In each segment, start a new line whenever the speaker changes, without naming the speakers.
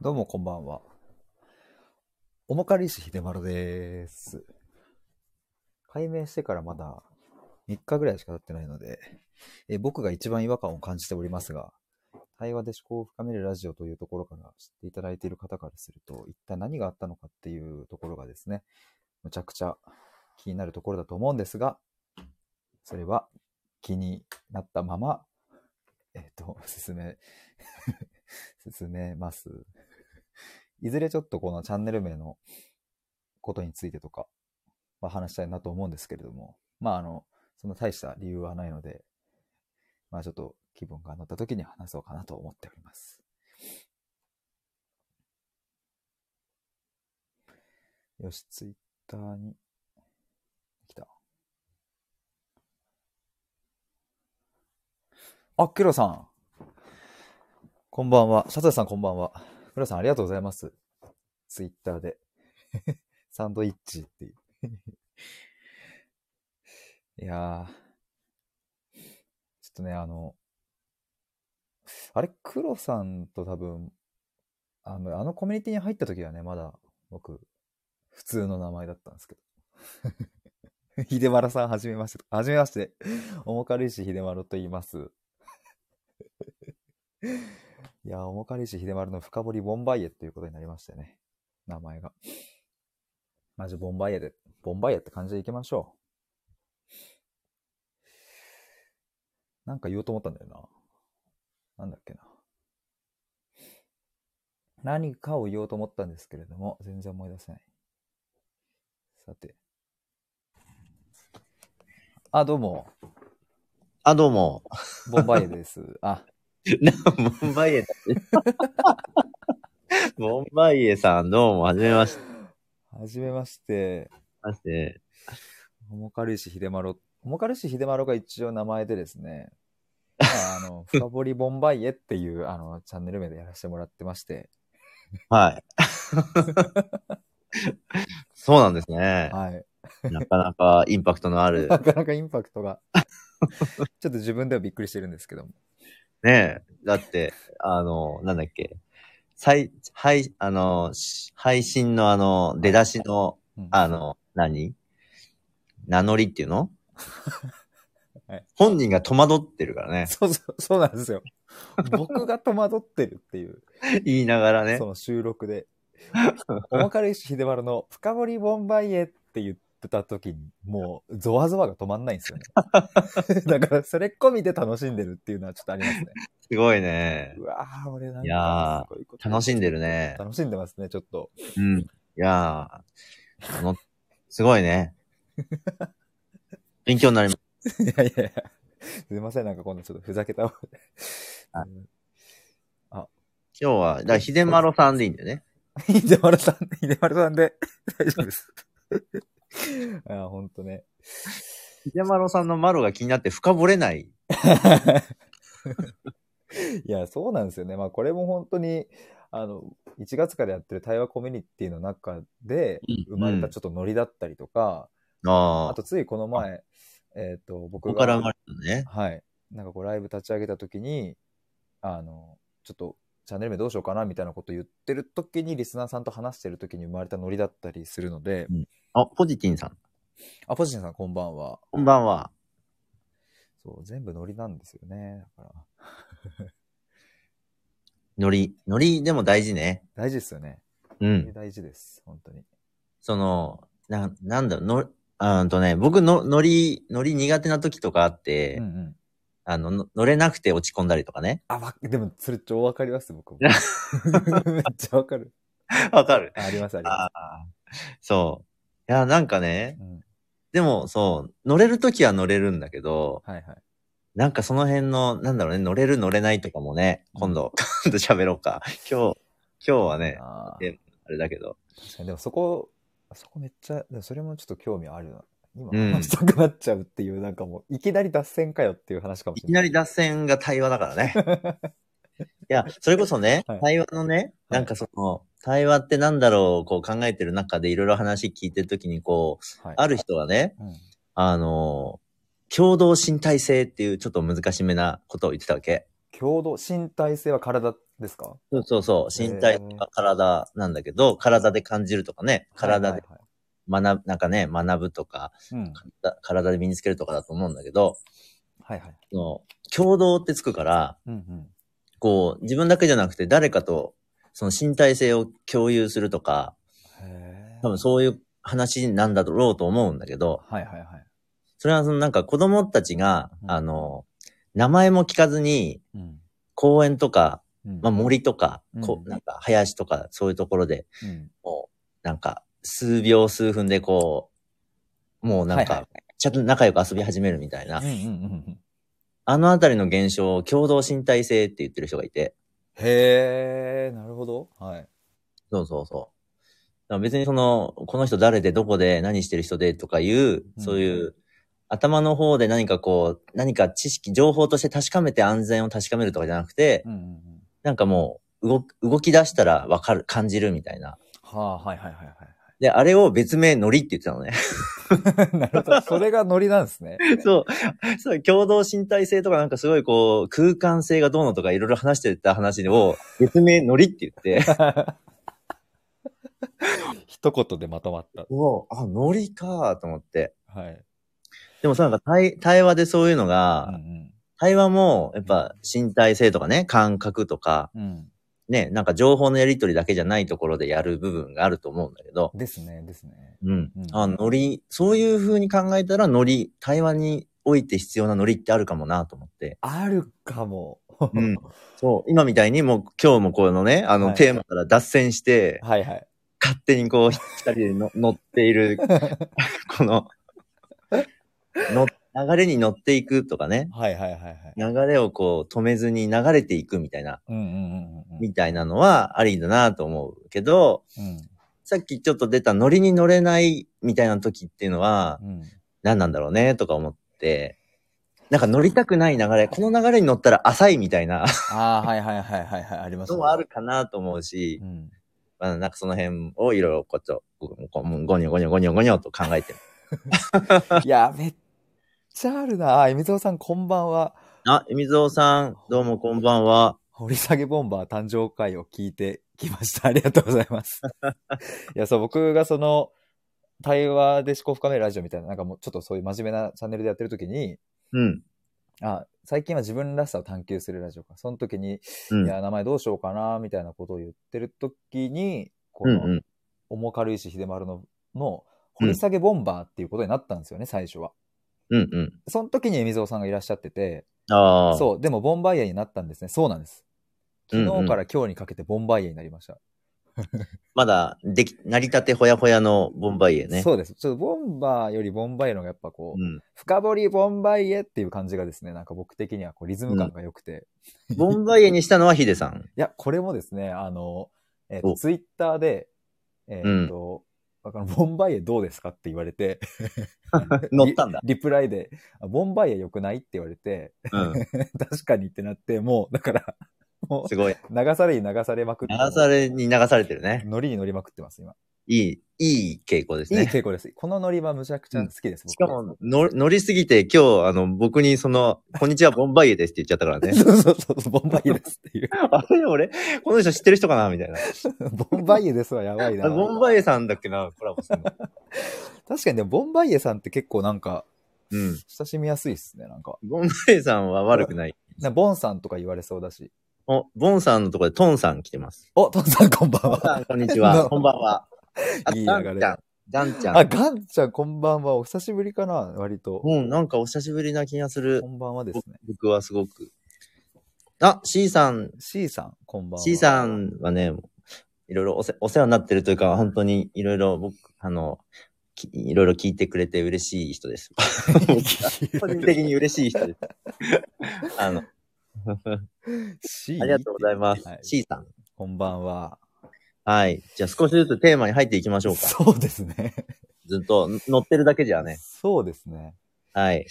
どうもこんばんは。おもかりし秀丸です。改名してからまだ3日ぐらいしか経ってないので、えー僕が一番違和感を感じておりますが、対話で思考を深めるラジオというところから知っていただいている方からすると、一体何があったのかっていうところがですね、むちゃくちゃ気になるところだと思うんですが、それは気になったまま、えっ、と、進め、 進めます。いずれちょっとこのチャンネル名のことについてとか、まあ、話したいなと思うんですけれども、まああの、そんな大した理由はないので、まあちょっと気分が乗った時に話そうかなと思っております。よし、ツイッターに、来た。あ、ケロさん。こんばんは。シャツヤさんこんばんは。村さんありがとうございます。ツイッターで。 サンドイッチっていう。いやー。ちょっとね、あの、あれ、黒さんと多分、あの、あのコミュニティに入った時はね、まだ僕、普通の名前だったんです けど。秀丸さん、はじめまして。はじめまして。おもかるいし秀丸と言います。いやー、おもかりし秀丸の深掘りボンバイエっていうことになりましたよね。名前が。まじボンバイエで、ボンバイエって感じでいきましょう。なんか言おうと思ったんだよな。なんだっけな。何かを言おうと思ったんですけれども、全然思い出せない。さて。あ、どうも。
あ、どうも。
ボンバイエです。あ、
ボンバイエだねボンバイエさん、どうも、はじめまし
はじめまして。
て。
おもかるし秀丸、おもかるし秀丸が一応名前でですね、まあ、あの、深掘りボンバイエっていう、あの、チャンネル名でやらせてもらってまして、
はい。そうなんですね。
はい。
なかなかインパクトのある。
なかなかインパクトが、 ちょっと自分ではびっくりしてるんですけども。
ねえ。だって、あの、なんだっけ。最、はい、あの、し配信のあの、出だしの、
うん
あの、何名乗りっていうの
はい
本人が戸惑ってるからね。
そうそう、そうなんですよ。僕が戸惑ってるっていう、
言いながらね
そ。の収録で。おもかるし秀丸の深掘りボンバイエって言ってた時に、もう、ゾワゾワが止まんないんですよね。だから、それ込みで楽しんでるっていうのはちょっとありますね。
すごいね。
うわぁ、俺なん
いや
かすごいこと、
楽しんでるね。
楽しんでますね、ちょっと。
うん。いやー、あの、すごい ね。勉強になりま
いやいやいや。すいません、なんかこんなちょっとふざけた。う
あ
ん
す。今日は、だから、ひでまろさんでいいんだよね。
秀丸さん、秀丸さんで大丈夫です。あーほんとね。
ひでまろさんのまろが気になって深掘れない。
いや、そうなんですよね。まあ、これも本当に、あの、1月からやってる対話コミュニティの中で生まれたちょっとノリだったりとか、
ああ
あ、とついこの前、えっ、と、僕
ここ
が。
から生まれたのね。
はい。なんかこう、ライブ立ち上げたときに、あの、ちょっと、チャンネル名どうしようかなみたいなこと言ってるときに、リスナーさんと話してるときに生まれたノリだったりするので、
あ、ポジティンさん。
あ、ポジティンさんこんばんは。
こんばんは。
そう、全部ノリなんですよね。だから、
のり。のりでも大事ね。
大事ですよね。
う
ノリ
ん。
大事です。本当に。
その、な、なんだろう、の、あーんとね、僕の、のり、のり苦手な時とかあって、
うんうん。
あの、の乗れなくて落ち込んだりとかね。
あ、わ、でも、それ超わかります、 僕も。 めっちゃわかる。
わかる。
ああります、あり
あ
ま
あ。そう。いや、なんかね、
す。うん。
でも、そう、乗れるときは乗れるんだけど、
はいはい。
なんかその辺の、なんだろうね、乗れる乗れないとかもね、今度、今度喋ろうか。今日、今日はね、
あー
であれだけど。
確かに、でもそこ、そこめっちゃ、でもそれもちょっと興味あるな。今
うん
話したくなっちゃうっていう、なんかもう、いきなり脱線かよっていう話かも
い
し
き
れな。
ないり脱線が対話だか らね。いや、それこそね、
はい
対話のね、
はい
なんかその、対話ってなんだろう、こう考えてる中でいろいろ話聞いてるときに、こう、
はい、
ある人はね、
うん。
あの、共同身体性っていうちょっと難しめなことを言ってたわけ。
共同、身体性は体ですか
そうそうそう。身体とか体なんだけど、体で感じるとかね、体で
はいはいはい
学ぶ、なんかね、学ぶとか、
うん。
だ体で身につけるとかだと思うんだけど、
はいはい。
その共同ってつくから、
うんうん。
こう、自分だけじゃなくて誰かと、その身体性を共有するとか、
へー
多分そういう話なんだろうと思うんだけど、
はいはいはい。
それはそのなんか子供たちが、
うん
あの、名前も聞かずに、
うん。
公園とか、
うん
まあ、森とか、こ
うん
う、なんか林とか、そういうところで、
うん
もう、なんか、数秒数分でこう、もうなん
はい
か
は、
ちゃんと仲良く遊び始めるみたいな
うん、うんうんうん。
あのあたりの現象を共同身体性って言ってる人がいて、
へえ、なるほど。はい。
そうそうそう。だから別にその、この人誰でどこで何してる人でとかいう、
うん
そういう、頭の方で何かこう、何か知識、情報として確かめて安全を確かめるとかじゃなくて、
うんうんうん。
なんかもう、動く、動き出したらわかる、感じるみたいな。
はあ、はいはいはいは
で、あれを別名ノリって言ってたのね。
い。 なるほど。それがノリなんです ね。
そう。そう、 共同身体性とかなんかすごいこう、空間性がどうのとかいろいろ話してた話 を、別名ノリって言 って、
一言でまとまった。
おあ、ノリかーと思って。
はい。
でもさ、なんか対対話でそういうの
う
が、
ん
対話も、やっぱ身体性とかね、感覚とか、
うん。うん。
ね、なんか情報のやり取りだけじゃないところでやる部分があると思うんだけど、
ですね、ですね。
うん
うん。
あ、ノリ、そういう風に考えたらノリ、対話において必要なノリってあるかもなと思って。
あるかも。
うん。そう、今みたいにもう今日もこのね、あ
は
の
い
テーマから脱線して、
はいはい。
勝手にこう、二人での 乗っている、この、の、流れに乗っていくとかね、
はいはいはいはい。
流れをこう止めずに流れていくみたいな、
うんうんうんうん。
みたいなのはありだなと思うけど、
うん
さっきちょっと出た乗りに乗れないみたいな時っていうのは
うん。
何なんだろうねとか思って、なんか乗りたくない流れ、この流れに乗ったら浅いみたいな
ああ、はいはいはいはいはい。あります
の
ね
もあるかなと思うし
う、ん。
まあ、なんかその辺をいろいろこっちょ、ごごごにょごにょごにょごにょと考えてる。
いや、めっちゃあるな。あー、みぞさん、こんばんは。
あ、水尾さん、どうもこんばんは。
掘り下げボンバー誕生会を聞いてきました。ありがとうござい ます。いや、そう、僕がその、対話で思考深めるラジオみたいな、なんかもうちょっとそういう真面目なチャンネルでやってる時に、
うん。
あ、最近は自分らしさを探求するラジオか。その時に、
うん。
いや、名前どうしようかな、みたいなことを言ってる時に、こ
うん
の、
うん。
重軽石秀丸の、の、掘り下げボンバーっていうことになったんですよね、最初は。
うんうん。
その時に海老蔵さんがいらっしゃってて、
ああ。
そう、でもボンバイエになったんですね。そうなんです。昨日から今日にかけてボンバイエになりました。
まだ、でき、成り立てほやほやのボンバイエね。
そうです。ちょっとボンバーよりボンバイエの方がやっぱこう、
うん。
深掘りボンバイエっていう感じがですね、なんか僕的にはこうリズム感が良くて、い
ボンバイエにしたのはヒデさ ん。
や、これもですね、あの、えっ、と、
お
ツイッターで、えっ、と、あのボンバイエどうですかって言われて、
乗ったんだ。
リリプライで、あボンバイエ良くないって言われて、
うん。
確かにってなって、もう、だから、も
すごい。
う、流されに流されまくって、
流されに流されてるね。
乗りに乗りまくってます、今。
いい、いい傾向です
いい
ね。
傾向です。このノリはむちゃくちゃ好きです。
しかも、乗乗りすぎて今日、あの、僕にその、こんにちは、ボンバイエですって言っちゃったから
僕、
ね。
そうそうそう、ボンバイエですっていう。
あれ俺、この人知ってる人かなみたいな。
ボンバイエですはやばいな
あ。ボンバイエさんだっけなコラボする の。
確かにでも、ボンバイエさんって結構なんか、
うん。
親しみやすいっすね、なんか。
ボンバイエさんは悪くない。
なボンさんとか言われそうだし。
お、ボンさんのところでトンさん来てます。
お、トンさんこんばんは。
さん、こんにち
な
は。こんばんは。あ、
いい
ガ
流
ンちゃ
れ
ん。ガンちゃ
あ、
ん。
ガンちゃんこんばんは。お久しぶりかな、割と。
うん、なんかお久しぶりな気がする
こ。んばんはですね。
僕はすごく。あ、C さん。
C さん、こんばんは。
C さ。んはね、いろいろおせお世話になってるというか、本当にいろいろ僕、あの、きいろいろ聞いてくれて嬉しい人 です。個人的に嬉しい人です。あの、
C?
ありがとうございます。
はい
C さん。
こんばんは。
はい。じゃあ少しずつテーマに入っていきましょうか。
そうですね。
ずっと乗ってるだけじゃね。
そうですね。
はい。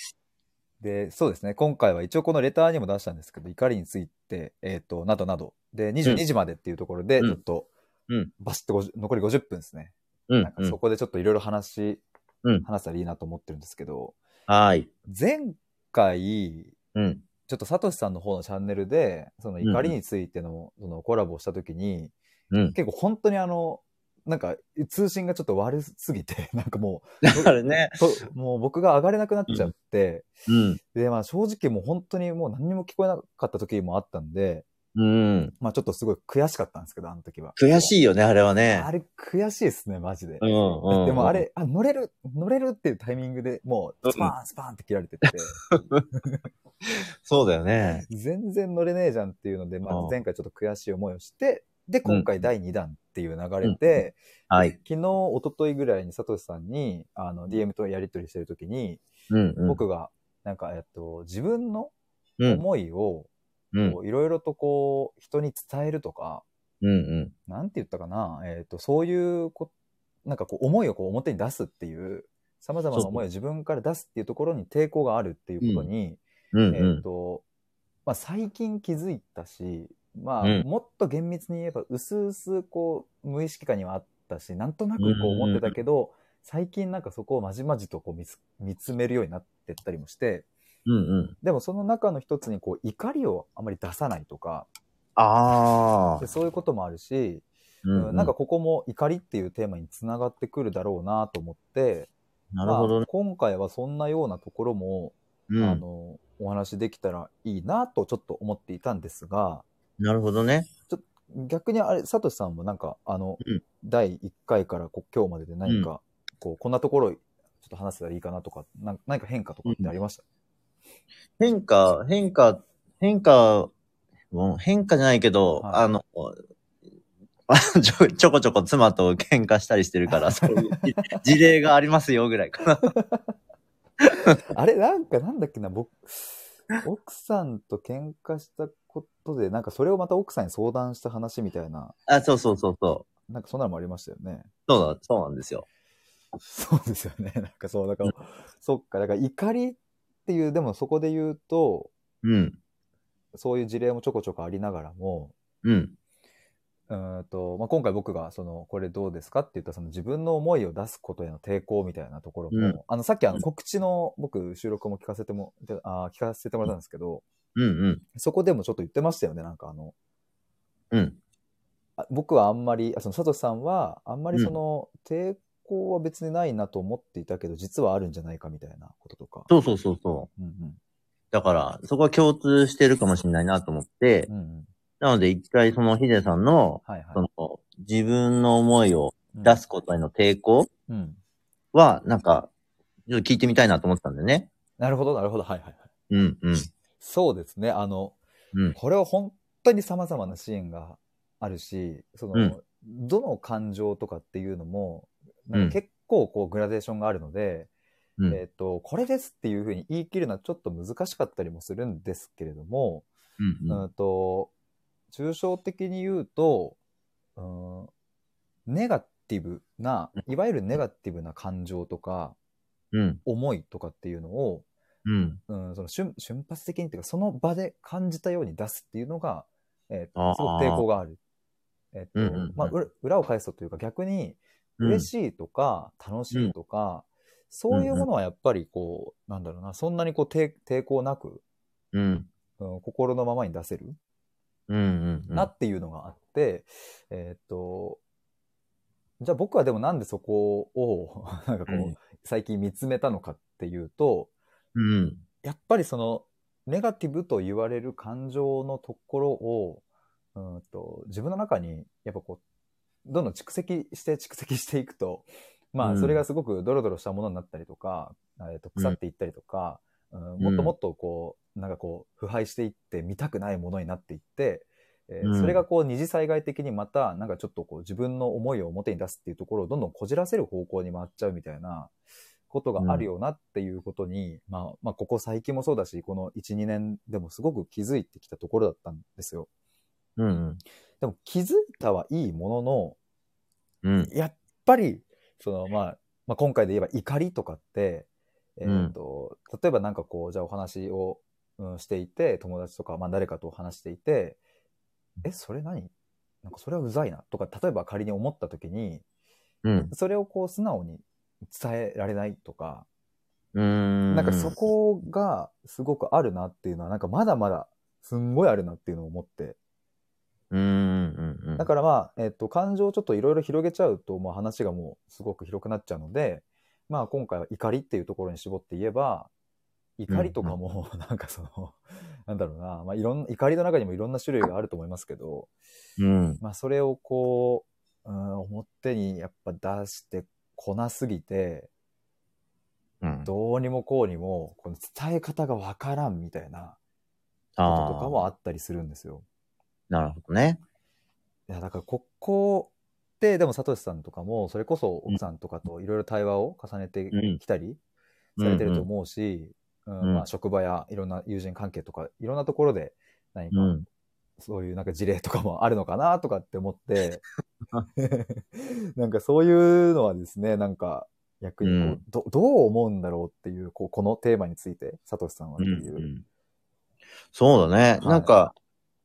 で、そうですね。今回は一応このレターにも出したんですけど、怒りについて、えっ、と、などなど。で、22時までっていうところで、
うん
ちょっと、
うん
バシッと50残り50分ですね。
うん
なん、か
うん
そ。こでちょっといろいろ話、
うん
話したらいいなと思ってるんですけど、
はい。
前回、
うん。
ちょっとサトシさんの方のチャンネルで、その怒りについての,、そのコラボをした時に、
うん。
結構本当にあの、なんか通信がちょっと悪すぎて、 なんかも
だからね。
う、ともう僕が上がれなくなっちゃって、
うん。
で、まあ正直もう本当にもう何にも聞こえなかった時もあったんで、
うん。
まあちょっとすごい悔しかったんですけど、あの時は。
悔しいよね、あれはね
あ。れ悔しいですね、マジで。
うん。うん。
でもあ。れ、あ、乗れる、乗れるっていうタイミングでもう、スパーン、スパーンって切られて て、
そうだよね。
全然乗れねえじゃんっていうので、ま
うん
ず前回ちょっと悔しい思いをして、で、今回第2弾っていう流れで、
はい。
昨日、一昨日ぐらいにサトシさんに、あの、DM とやり取りしてる時に、
うん。うん、
僕が、なんか、えっと、自分の
うん。
思いを、
うん。
こういろいろとこう、人に伝えるとか、
うん。
なんて言ったかな、えっ、と、そういうこ、なんかこう、思いをこう表に出すっていう、様々な思いを自分から出すっていうところに抵抗があるっていうことに、
うん。うん。
えっ、と、まあ、最近気づいたし、まあ、
うん
もっと厳密に言えば、うすうす、こう、無意識下にはあったし、なんとなくこう思ってたけど、最近なんかそこをまじまじとこう見つ見つめるようになってったりもして、
うん。うん。
でもその中の一つにこう怒りをあまり出さないとか、
ああ
で。そういうこともあるし、
う
うんなんか、ここも怒りっていうテーマにつながってくるだろうなと思って、
なるほど
まあ
ね。
今回はそんなようなところも、
う
あ
ん。
のお話できたらいいなとちょっと思っていたんですが
なるほどね。
逆にあれサトシさんもなんかあの、
うん
第1回からこ今日までで何か、こうこんなところちょっと話せたらいいかなとかなん何か変化とかってありました、
変化、変化、変化、もう変化じゃないけど、
はい
あの、 あちょちょこちょこ妻と喧嘩したりしてる から、そういうじ事例がありますよぐらいかな。
あれなんかなんだっけな僕奥さんと喧嘩したことでなんかそれをまた奥さんに相談した話みたいな
あ、そうそうそうそう。
なんかそんなのもありましたよね。
そうだ、そうなんですよ。
そうですよね。なん かそう、だから、そっか、だから怒りっていう、でもそこで言うと、
うん。
そういう事例もちょこちょこありながらも、
うん。
うーんと、まあ、今回僕が、その、これどうですかって言った、その自分の思いを出すことへの抵抗みたいなところも、
うん
あの、さっきあの告知の僕収録も聞かせても、であー聞かせてもらったんですけど、
うんうん。
そこでもちょっと言ってましたよね、なんかあの、
うん。
あ僕はあんまり、あその、佐藤さんは、あんまりその、抵抗は別にないなと思っていたけど、実はあるんじゃないかみたいなこととか。
そうそうそうそう。
うんうん。
だから、そこは共通してるかもしれないなと思って
う、んうん。
なので一回そのヒデさんの、
はいはい
そ。の、自分の思いを
うん
出すことへの抵抗
うん。
は、なんか、ちょっと聞いてみたいなと思ってたんだよね。
なるほど、なるほど。はいはいはい。
うんうん。
そうですね。あの、
うん
これは本当に様々な支援があるし、その、
うん
どの感情とかっていうのも、なん
うん
か結構こうグラデーションがあるので、
うん
えっ、と、これですっていうふうに言い切るのはちょっと難しかったりもするんですけれども、
うん
うんと、抽象的に言うと、うん、ネガティブな、いわゆるネガティブな感情とか、
うん。
思いとかっていうのを、
うん。
うん、その瞬瞬発的にっていうかその場で感じたように出すっていうのが、えー
あー
すごく抵抗がある。えっと
うんうんうん
まあ、裏裏を返すとというか逆に
うん
嬉しいとか楽しいとか、そういうものはやっぱりこうなんだろうなそんなにこう抵抵抗なく、
うん。
うん、心のままに出せる
うん。うん。
なっていうのがあって、えーっとじゃあ僕はでもなんでそこを なんかこう、
うん
最近見つめたのかっていうと、
うん。
やっぱりそのネガティブと言われる感情のところをうんと自分の中にやっぱこうどんどん蓄積して蓄積していくとま
う
あ
ん
それがすごくドロドロしたものになったりとか、えー、と腐っていったりとか、うんもっともっとこうなんかこう腐敗していって見たくないものになっていって、えー
うん
それがこう二次災害的にまたなんかちょっとこう自分の思いを表に出すっていうところをどんどんこじらせる方向に回っちゃうみたいなことがあるよなっていうことに、まあ、まあここ最近もそうだしこの12年でもすごく気づいてきたところだったんですよ
うん。
でも気づいたはいいものの
うん。
やっぱりその、まあ、まあ今回で言えば怒りとかって、えーと例えばなんかこうじゃあお話を、うん、していて友達とか、まあ、誰かと話していてえそれ何なんかそれはうざいなとか例えば仮に思った時に
うん。
それをこう素直に伝えられないとか
うーん。
なんかそこがすごくあるなっていうのは、なんかまだまだすんごいあるなっていうのを思って。
うーん。うんうん。
だからまあ、えっと、感情をちょっといろいろ広げちゃうと、まあ話がもうすごく広くなっちゃうので、まあ今回は怒りっていうところに絞って言えば、怒りとかも、 なんかその、なんだろうな、まあいろん、怒りの中にもいろんな種類があると思いますけど、
うん。
まあそれをこう、うん、表にやっぱ出してこなすぎて、
うん。
どうにもこうにも、この伝え方がわからんみたいなこ
あ
と
あ
とかもあったりするんですよ。
なるほどね。
いや、だからここって、でも、サトシさんとかも、それこそ奥さんとかといろいろ対話を重ねてきたりされてると思うし、うん
うん
まあ、職場やいろんな友人関係とか、いろんなところで何か
うん。うん。
そういうなんか事例とかもあるのかなとかって思 って、なんかそういうのはですね、なんか逆にこう、
うん
どどう思うんだろうっていう、こうこのテーマについて、サトシさんはっ
う
て
ん
いう。
うんそうだね。
い
なんか、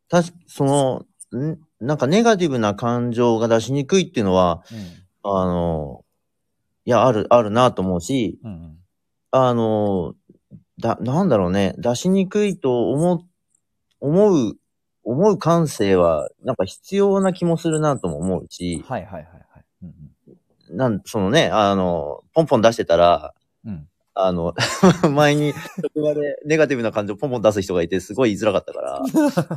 たし、その、んなんかネガティブな感情が出しにくいっていうのは、あの、いや、ある、あるなと思うし、
うんうん
あの、だ、なんだろうね、出しにくいと思う、思う、思う感性は、なんか必要な気もするなとも思うし、
はいはいはいはい。うん
なん、そのね、あの、ポンポン出してたら、
うんうん
あの、 前に、職場でネガティブな感情ポンポン出す人がいて、すごい言いづらかったか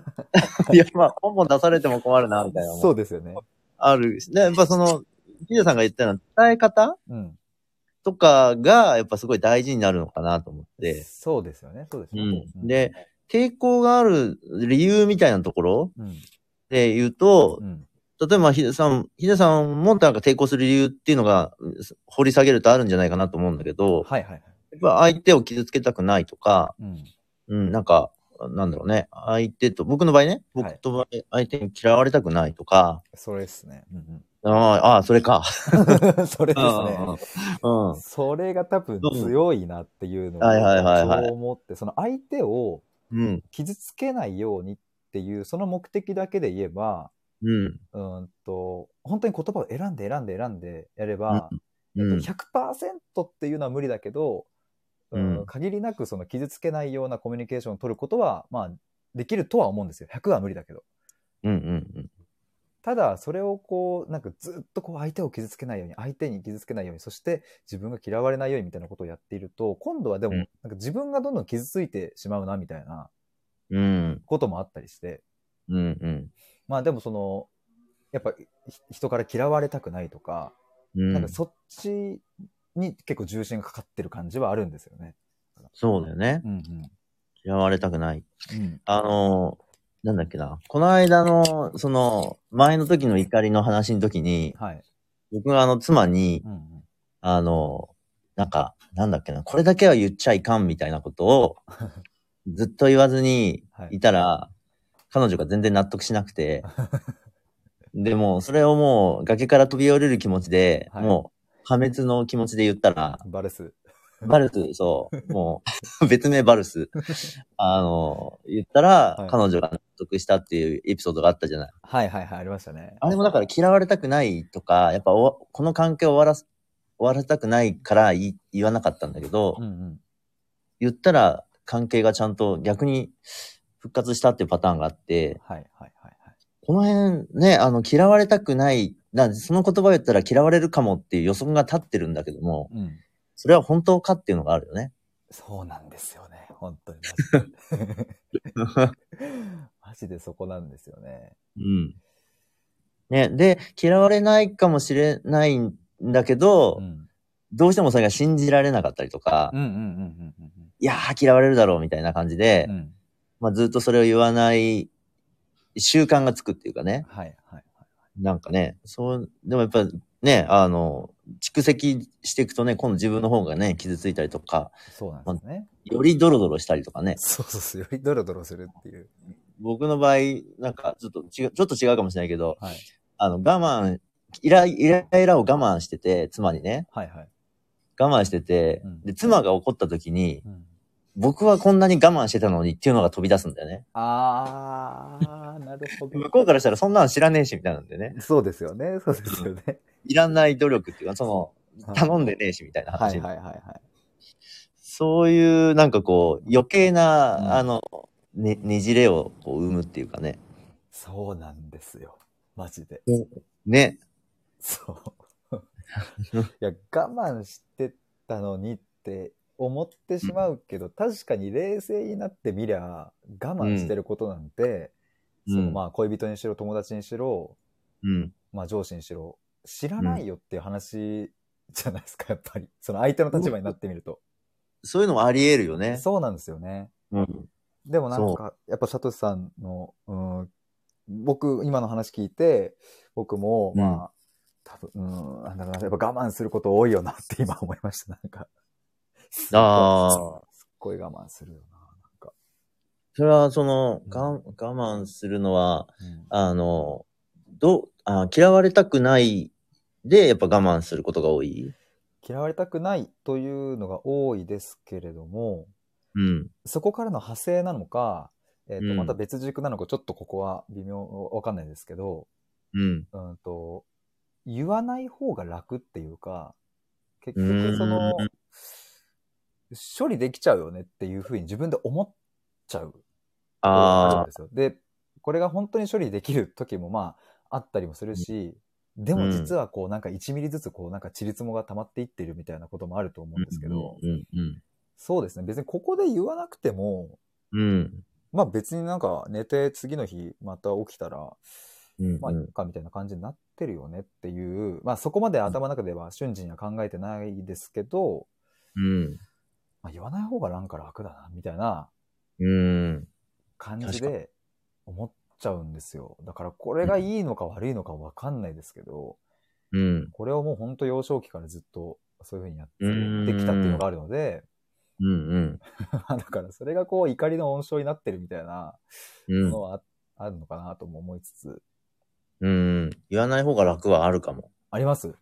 ら、いや、まあ、ポンポン出されても困るな、みたいな
そう
も
ですよね。
あるし。で、やっぱその、ヒデさんが言ったような伝え方
うん。
とかが、やっぱすごい大事になるのかなと思って、
そうですよね。そうです
う
よ
ん
ね。。
で、抵抗がある理由みたいなところ
うん、
で言うと
う、ん。
例えばヒデさん、ヒデさんもなんか抵抗する理由っていうのが、うん掘り下げるとあるんじゃないかなと思うんだけど、
はいはいはい。
やっぱ相手を傷つけたくないとか、
うん。
うん、なんか、なんだろうね。相手と、僕の場合ね、
はい
僕と場合相手に嫌われたくないとか、
それですね。うん
ああああ、それか。
うん、それですね。
うん。
それが多分強いなっていうのを、
はいはいはいはい
そう思って、その相手を
うん。
傷つけないようにっていう、その目的だけで言えば、
うん。
うーんと、本当に言葉を選んで選んで選んでやれば、
うん。うん。
100%っていうのは無理だけど、うん
うん
限りなくその傷つけないようなコミュニケーションを取ることは、まあ、できるとは思うんですよ。100は無理だけど。
うん。うん。
ただ、それをこう、なんかずっとこう相手を傷つけないように、相手に傷つけないように、そして自分が嫌われないようにみたいなことをやっていると、今度はでも、
うん
なんか自分がどんどん傷ついてしまうな、みたいな
うん。
こともあったりして、
うん。うん。
まあでもその、やっぱひ人から嫌われたくないとか、
うん
なんかそっちに結構重心がかかってる感じはあるんですよね。
そうだよね。
うん
嫌われたくない。
うん。うん。
あのー、なんだっけな。この間の、その、前の時の怒りの話の時に、
はい。
僕があの、妻に
う、んうん。
あの、なんか、なんだっけな、これだけは言っちゃいかんみたいなことを、ずっと言わずに
はい
いたら、彼女が全然納得しなくて、でも、それをもう崖から飛び降りる気持ちで、
はい
もう破滅の気持ちで言ったら、
バルス。
バルス、そう、もう、別名バル ス、あの、言ったら、
はい
彼女が納得したっていうエピソードがあったじゃない。
はいはいはい、ありましたね。
あれもだから嫌われたくないとか、やっぱおわこの関係を終わらす、終わらせたくないから言い言わなかったんだけど、
うんうん。
言ったら関係がちゃんと逆に復活したっていうパターンがあって、
はいはいはいはい。
この辺ね、あの、嫌われたくない、なその言葉を言ったら嫌われるかもっていう予測が立ってるんだけども、
うん。
それは本当かっていうのがあるよ ね。
そうなんですよね。本当にマジで。 マジでそこなんですよね。
うん。ね、で、嫌われないかもしれないんだけど、
うん。
どうしてもそれが信じられなかったりとか、
うんうんうんうんうん
いやー嫌われるだろうみたいな感じで、
うん。うん。
まあ、ずっとそれを言わない習慣がつくっていうかね。
はいはい
なんかね、そう、でもやっぱね、あの、蓄積していくとね、今度自分の方がね、傷ついたりとか、
そうなんですね。
よりドロドロしたりとかね。
そうそうそう。よりドロドロするっていう。
僕の場合、なんかちょっと違う、ちょっと違うかもしれないけど、
はい。
あの、我慢、イライライラを我慢してて、妻にね、
はいはい。
我慢してて、
うん
で、妻が怒った時に、
うん、
僕はこんなに我慢してたのにっていうのが飛び出すんだよね。
あー、なるほ
向
ど。
こうからしたらそんなの知らねえし、みたいなんでね。
そうですよね。そうですよね。
いらない努力っていうか、その、
はい
頼んでねえし、みたいな
はい
話に
はいはいはい。
そういう、なんかこう、余計な、
うん
あの、ね、ねじれをこう生むっていうかね。
そうなんですよ。マジで。
ね。
そう。いや、我慢してたのにって思ってしまうけど、確かに冷静になってみりゃ、我慢してることなんて、
うん
その
うん
まあ恋人にしろ、友達にしろ、
うん。
まあ上司にしろ、知らないよっていう話じゃないですか、やっぱり。その相手の立場になってみると。
そういうのもあり得るよね。
そうなんですよね。
うん。
でもなん
そ
か、やっぱシャトシさんの、うん、僕、今の話聞いて、僕も、
うん
まあ、多分、うん、なんだろうな、やっぱ我慢すること多いよなって今思いました、なんか。
ああ。
すっごい我慢するよな、なんか。
それは、その、
うん
が我慢するのは、
うん
あの、どうあ、嫌われたくないで、やっぱ我慢することが多い。
嫌われたくないというのが多いですけれども、
うん。
そこからの派生なのか、えっと
うん
また別軸なのか、ちょっとここは微妙、わかんないですけど、
うん。
うんと、言わない方が楽っていうか、結局その
うーん、
処理できちゃうよねっていうふうに自分で思っちゃうことがあるん
ああ
で。すよ。で、これが本当に処理できる時もまああったりもするし、でも実はこうなんか1ミリずつこうなんかちりつもが溜まっていってるみたいなこともあると思うんですけど、
うん。うん。
そうですね。別にここで言わなくても、
うん。
まあ別になんか寝て次の日また起きたら、
うん。
まあいっかみたいな感じになってるよねっていう、まあそこまで頭の中では瞬時には考えてないですけど、
うん。
まあ、言わない方がなんか楽だなみたいな
うん。
感じ
確
で思っちゃうんですよ。だからこれがいいのか悪いのかわかんないですけど、
うん。
これをもうほんと幼少期からずっとそういうふうにやってきたっていうのがあるので、
うん。うん。
まあだからそれがこう怒りの温床になってるみたいな
う
も
ん
の。はああるのかなとも思いつつ、
うん。言わない方が楽はあるかも。
あります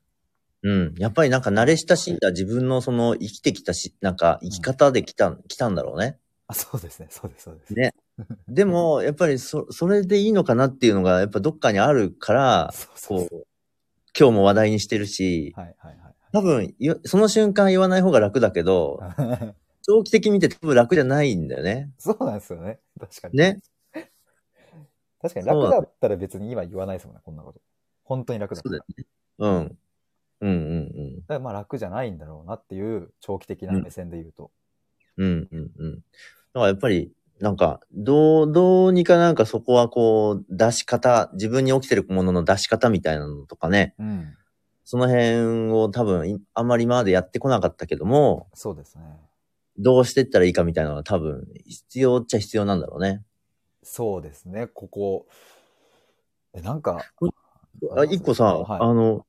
うん。やっぱりなんか慣れ親しんだ自分のその生きてきたし、なんか生き方で来た、来たんだろうね。
あ、そうですね、そうです、そうです。
ねでも、やっぱりそ、それでいいのかなっていうのが、やっぱどっかにあるから、
そうそう
こ、
そう
今日も話題にしてるし、
う。はいはいはい
多分、いその瞬間言わない方が楽だけど、
はい。
長期的に見て多分楽じゃないんだよね。
そうなんですよね。確かに。
ね。
確かに楽だったら別に今言わないですもんね、こんなこと。本当に楽だった
そう
ら。
だ
だ
よね。うん。うんうん
からまあ楽じゃないんだろうなっていう長期的な目線で言うと。
うん。うんうんうん。だからやっぱり、なんか、どう、どうにかなんかそこはこう、出し方、自分に起きてるものの出し方みたいなのとかね、
うん。
その辺を多分、いあんまり今までやってこなかったけども、
そうですね。
どうしてったらいいかみたいなのは多分、必要っちゃ必要なんだろうね。
そうですね、ここ。え、なんか、
あ、一個さ、
はい
あの、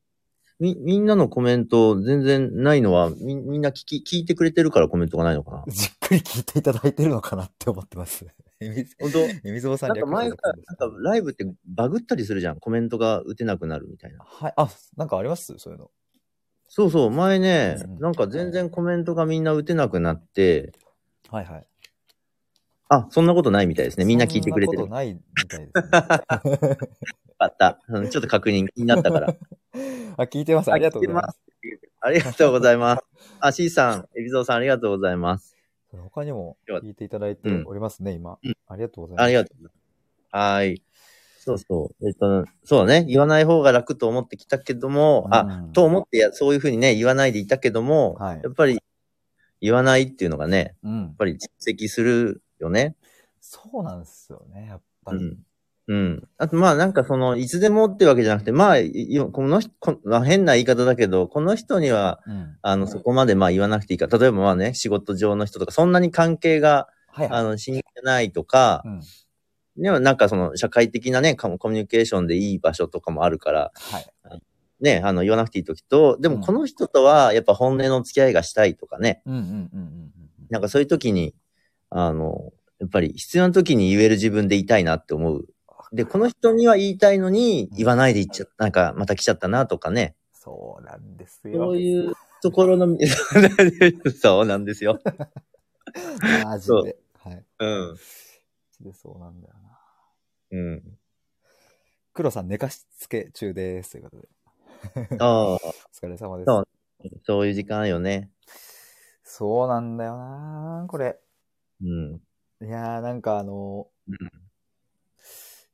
み、みんなのコメント全然ないのは、み、みんな聞き、聞いてくれてるからコメントがない のかな。
じっくり聞いていただいてるのかなって思ってます。えみ
本当
えみずぼさん
なんか前から、
略して
な
た
んか
んです
ライブってバグったりするじゃん。コメントが打てなくなるみたいな。
はい。あ、なんかありますそういうの。
そうそう、前ね
う、ん
なんか全然コメントがみんな打てなくなって、
はいはい。
あ、そんなことないみたいですね。みんな聞いてくれて
そ
る。
んなこ
よ
とないみたいですね。
かった。うんちょっと確認気になっ たから。
あ、聞いてます。ありがとうございます。
ありがとうございます。あ、C さん、エビゾーさんありがとうございます。
他にも
では
聞いていただいておりますね、今。ありがとうございます。
ありがとうございます。はーい。そうそう。えっと、そうね。言わない方が楽と思ってきたけども、あ、
うん
と思ってや、そういうふうにね、言わないでいたけども、
はい
やっぱり言わないっていうのがね、
うん
やっ。ぱり蓄積するよね。
そうなんですよね、やっぱ
う
り。
ん。うん。あと、まあ、なんかその、いつでもってわけじゃなくて、まあ、いいこの人、こまあ変な言い方だけど、この人には、
うん。
あの、そこまでまあ言わなくていいから、例えばまあね、仕事上の人とか、そんなに関係が、
はいは
あ
い。
の、親密じゃないとか
う、ん。
でもなんかその社会的なね、ココミュニケーションでいい場所とかもあるから、
はい。
ね、あの、言わなくていい時と、で
うん
もこの人とはやっぱ本音の付き合いがしたいとかね、
うんうんうんうんうんうん。
なんかそういう時に、あの、やっぱり必要な時に言える自分でいたいなって思う。で、この人には言いたいのに言わないでいっちゃなんかまた来ちゃったなとかね。
そうなんですよ。
そういうところの、 そうなんですよ。
マジで。はい。
うん。
でそうなんだよな。
うん。
黒さん、寝かしつけ中です。ということで。
ああ、
お疲れ様です。
そうそういう時間よね。
そうなんだよなこれ。
うん。
いやーなんかあの
うん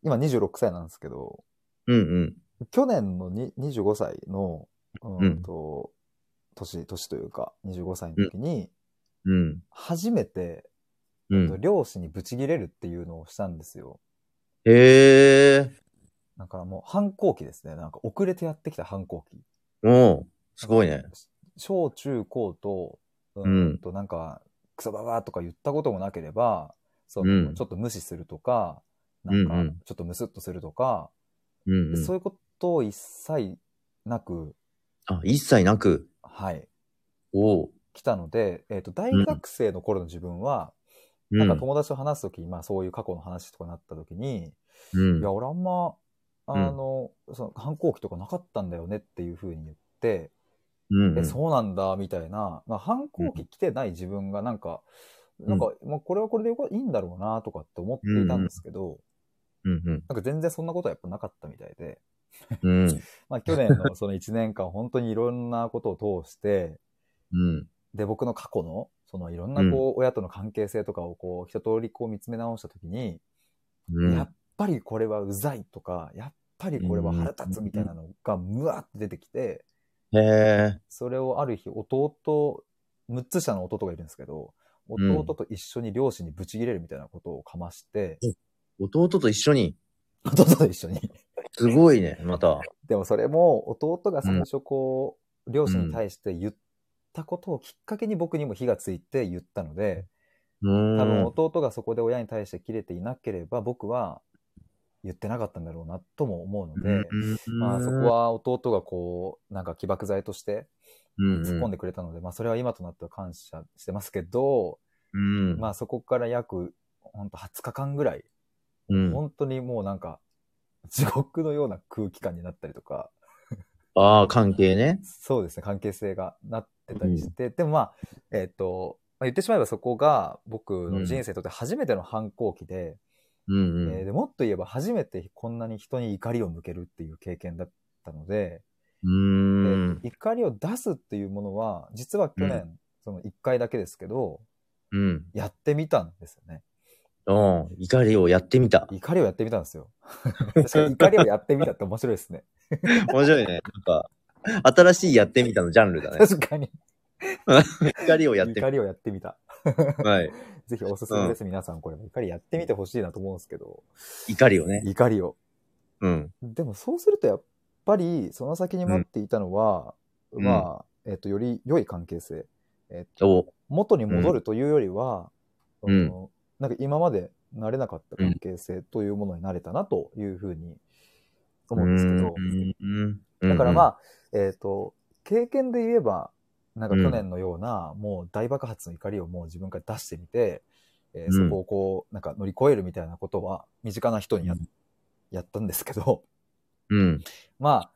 今26歳なんですけど、
うんうん。
去年のに25歳の、う
うん
んと、年、年というか、25歳の時に、
うん。
初めて、
う
と
ん。
漁師にブチギレるっていうのをしたんですよ。
へえ。
だからもう反抗期ですね。なんか遅れてやってきた反抗期。
おうすごいね。
小中高と、う
うん
んとなんか、クソババアとか言ったこともなければ、そ
うん
のちょっと無視するとか、なん
うんう
か
ん
ちょっとムスッとするとか、
うん、う
で
ん
そういうことを一切なく、
あ、一切なく。
はい、
おう
来たので、えっ、と、大学生の頃の自分は、
うん。
なんか友達と話すとき、まあそういう過去の話とかになったときに、
うん
いや、俺あんま、あの、その反抗期とかなかったんだよねっていうふうに言って、
うん。
え、そうなんだ、みたいな、まあ反抗期来てない自分がなんか、
ん
なんか、まあこれはこれでよかいいんだろうな、とかって思っていたんですけど、
うんうん。
なんか全然そんなことはやっぱなかったみたいで、
うん。
まあ去年のその1年間、本当にいろんなことを通して、
うん。
で、僕の過去の、そのいろんなこう、親との関係性とかをこう、一通りこう見つめ直したときに、
うん。
やっぱりこれはうざいとか、やっぱりこれは腹立つみたいなのがむわって出てきて、
へえ。
それをある日弟、6つ下の弟がいるんですけど、
うん
弟と一緒に両親にブチギレるみたいなことをかまして、
弟と一緒に。
弟と一緒に。
すごいね、また。
でもそれも弟が最初こう、両親に対して言ったことをきっかけに僕にも火がついて言ったので、
うーん。
多分弟がそこで親に対して切れていなければ僕は言ってなかったんだろうなとも思うので、
うん、
まあ、そこは弟がこうなんか起爆剤として突っ込んで
で、
くれたので、まあ、それは今となっては感謝してますけど、
うん。
まあ、そこから約本当20日間ぐらい、
うん、
本当にもうなんか地獄のような空気感になったりとか
ああ、関係ね。
そうですね関係性がなってたりして、でもまあえっ、と、まあ、言ってしまえばそこが僕の人生にとって初めての反抗期で,、
うんうん。
えーでもっと言えば初めてこんなに人に怒りを向けるっていう経験だったので。
うーん。
で怒りを出すっていうものは実は去年、
う
その1回だけですけど
うん。
やってみたんですよね
うん。怒りをやってみた。
怒りをやってみたんです よ確かに怒りをやってみたって面白いですね
面白いね。なんか、新しいやってみたのジャン ルだね。
確かに
怒りをやって
怒
み
りをやってみた
た。はい。
ぜひおすすめです、皆さんこれ怒りやってみてほしいなと思うんですけど
怒りをね。
怒りを
うん。
でもそうするとやっぱりその先に待っていたのは、
うん
まあ、えっとより良い関係性、えっと
お
元に戻るというよりは、
うん
あのなんか今まで慣れなかった関係性というものになれたなというふうに思うんですけど、
うん。
だから
あ、
まあ、えっ、と、経験で言えば、なんか去年のような、もう大爆発の怒りをもう自分から出してみて、えー
うん
そこをこう、なんか乗り越えるみたいなことは、身近な人にや,、
うん
やったんですけど、
うん。
まあ、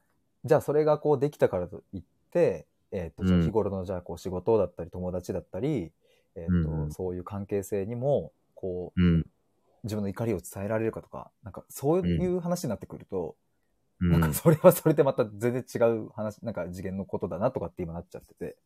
じゃあそれがこうできたからといって、えっ、と、じゃあ日頃のじゃあこう仕事だったり友達だったり、えっ、と、
うん
そういう関係性にも、こう、
うん。
自分の怒りを伝えられるかとか、なんかそういう話になってくると、
う
なんか
ん。
それはそれでまた全然違う話、なんか次元のことだなとかって今なっちゃってて。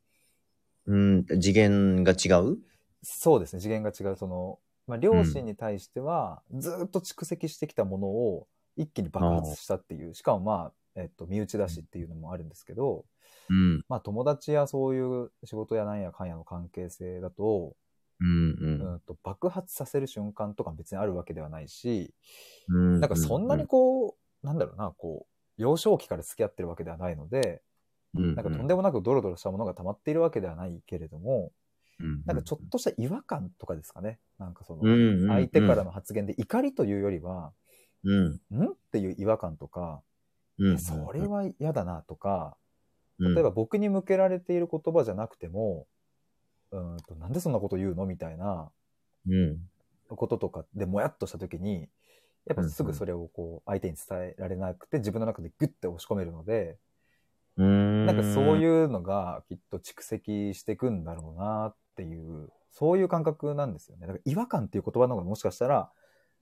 うん。次元が違う
そうですね、次元が違う。その、まあ、両親に対しては、ずーっと蓄積してきたものを一気に爆発したっていう、しかもまあ、えっと、身内だしっていうのもあるんですけど、
うん。
まあ友達やそういう仕事やなんやかんやの関係性だと、
うん。
うんと爆発させる瞬間とか別にあるわけではないし、
うん。
なんかそんなにこう、なんだろうな、こう、幼少期から付き合ってるわけではないので、
うん、
なんかとんでもなくドロドロしたものが溜まっているわけではないけれども、なんかちょっとした違和感とかですかね。なんかそ
うん
の、
うんうん
相手からの発言で怒りというよりは、
うん。
んっていう違和感とか、
うん。
それは嫌だなとか、
例
例えば、僕に向けられている言葉じゃなくても、うーんと、なんでそんなこと言うのみたいな
うん。
こととかでもやっとした時に、やっぱすぐそれをこう相手に伝えられなくて自分の中でグッて押し込めるので、
うん。
なんかそう
う
いうのがきっと蓄積していくんだろうなっていう、そういう感覚なんですよね。だから違和感っていう言葉の方がもしかしたら、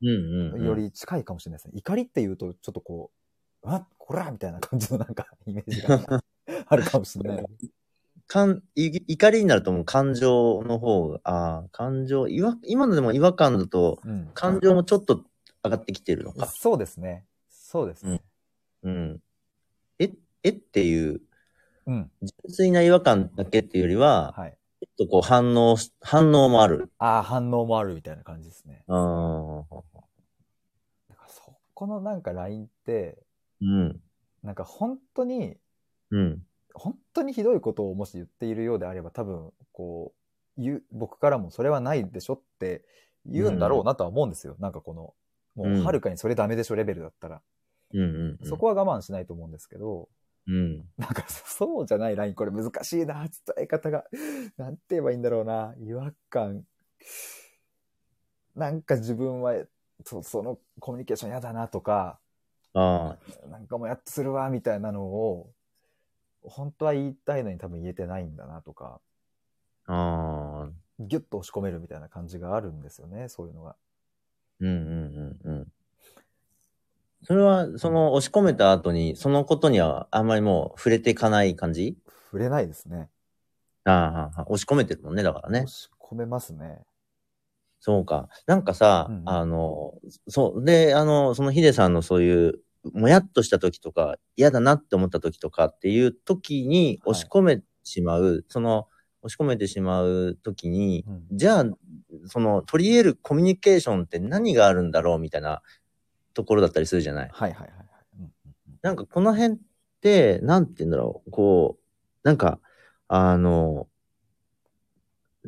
ん、うん。
よ、り近いかもしれないですね。怒りっていうと、ちょっとこ う、あこらみたいな感じのなんかイメージがあるかもしれない。
かん、い怒りになるともう感情の方が、ああ、感情、いわ今のでも違和感だと、
うん。
感情もちょっと上がってきてるのか。
そうですね。そうですね。
うん。え、えっていう、
うん。
純粋な違和感だけっていうよりは、
はい。
ちょっとこう反応し、反応もある。
ああ、反応もあるみたいな感じですね。
うん。
だからそこのなんかラインって、
うん。
なんか本当に、
うん。
本当にひどいことをもし言っているようであれば多分こう言う僕からもそれはないでしょって言うんだろうなとは思うんですよ、なんかこのも
う
うんはるかにそれダメでしょレベルだったら、
うんうんうん。
そこは我慢しないと思うんですけど
うん。
なんかそそうじゃないラインこれ難しいな伝え方が なんて言えばいいんだろうな違和感なんか自分はそそのコミュニケーション嫌だなとか
ああ、
なんかもうやっとするわみたいなのを本当は言いたいのに多分言えてないんだなとか
ああ、
ギュッと押し込めるみたいな感じがあるんですよね、そういうのが。
うんうんうんうん。それは、その、押し込めた後に、そのことにはあんまりもう触れていかない感じ
触れないですね。
ああ、押し込めてるもんね、だからね
押。し込めますね。
そうか。なんかさ、
うん
あの、そう、で、あの、そのヒデさんのそういう、もやっとした時とか、嫌だなって思った時とかっていう時に
はい
押し込めてしまう、その、押し込めてしまう時に、
うん
じゃあ、その、取り得るコミュニケーションって何があるんだろうみたいなところだったりするじゃない
はいはいはいはい。うん
なんかこの辺って、なんて言うんだろう、こう、なんか、あの、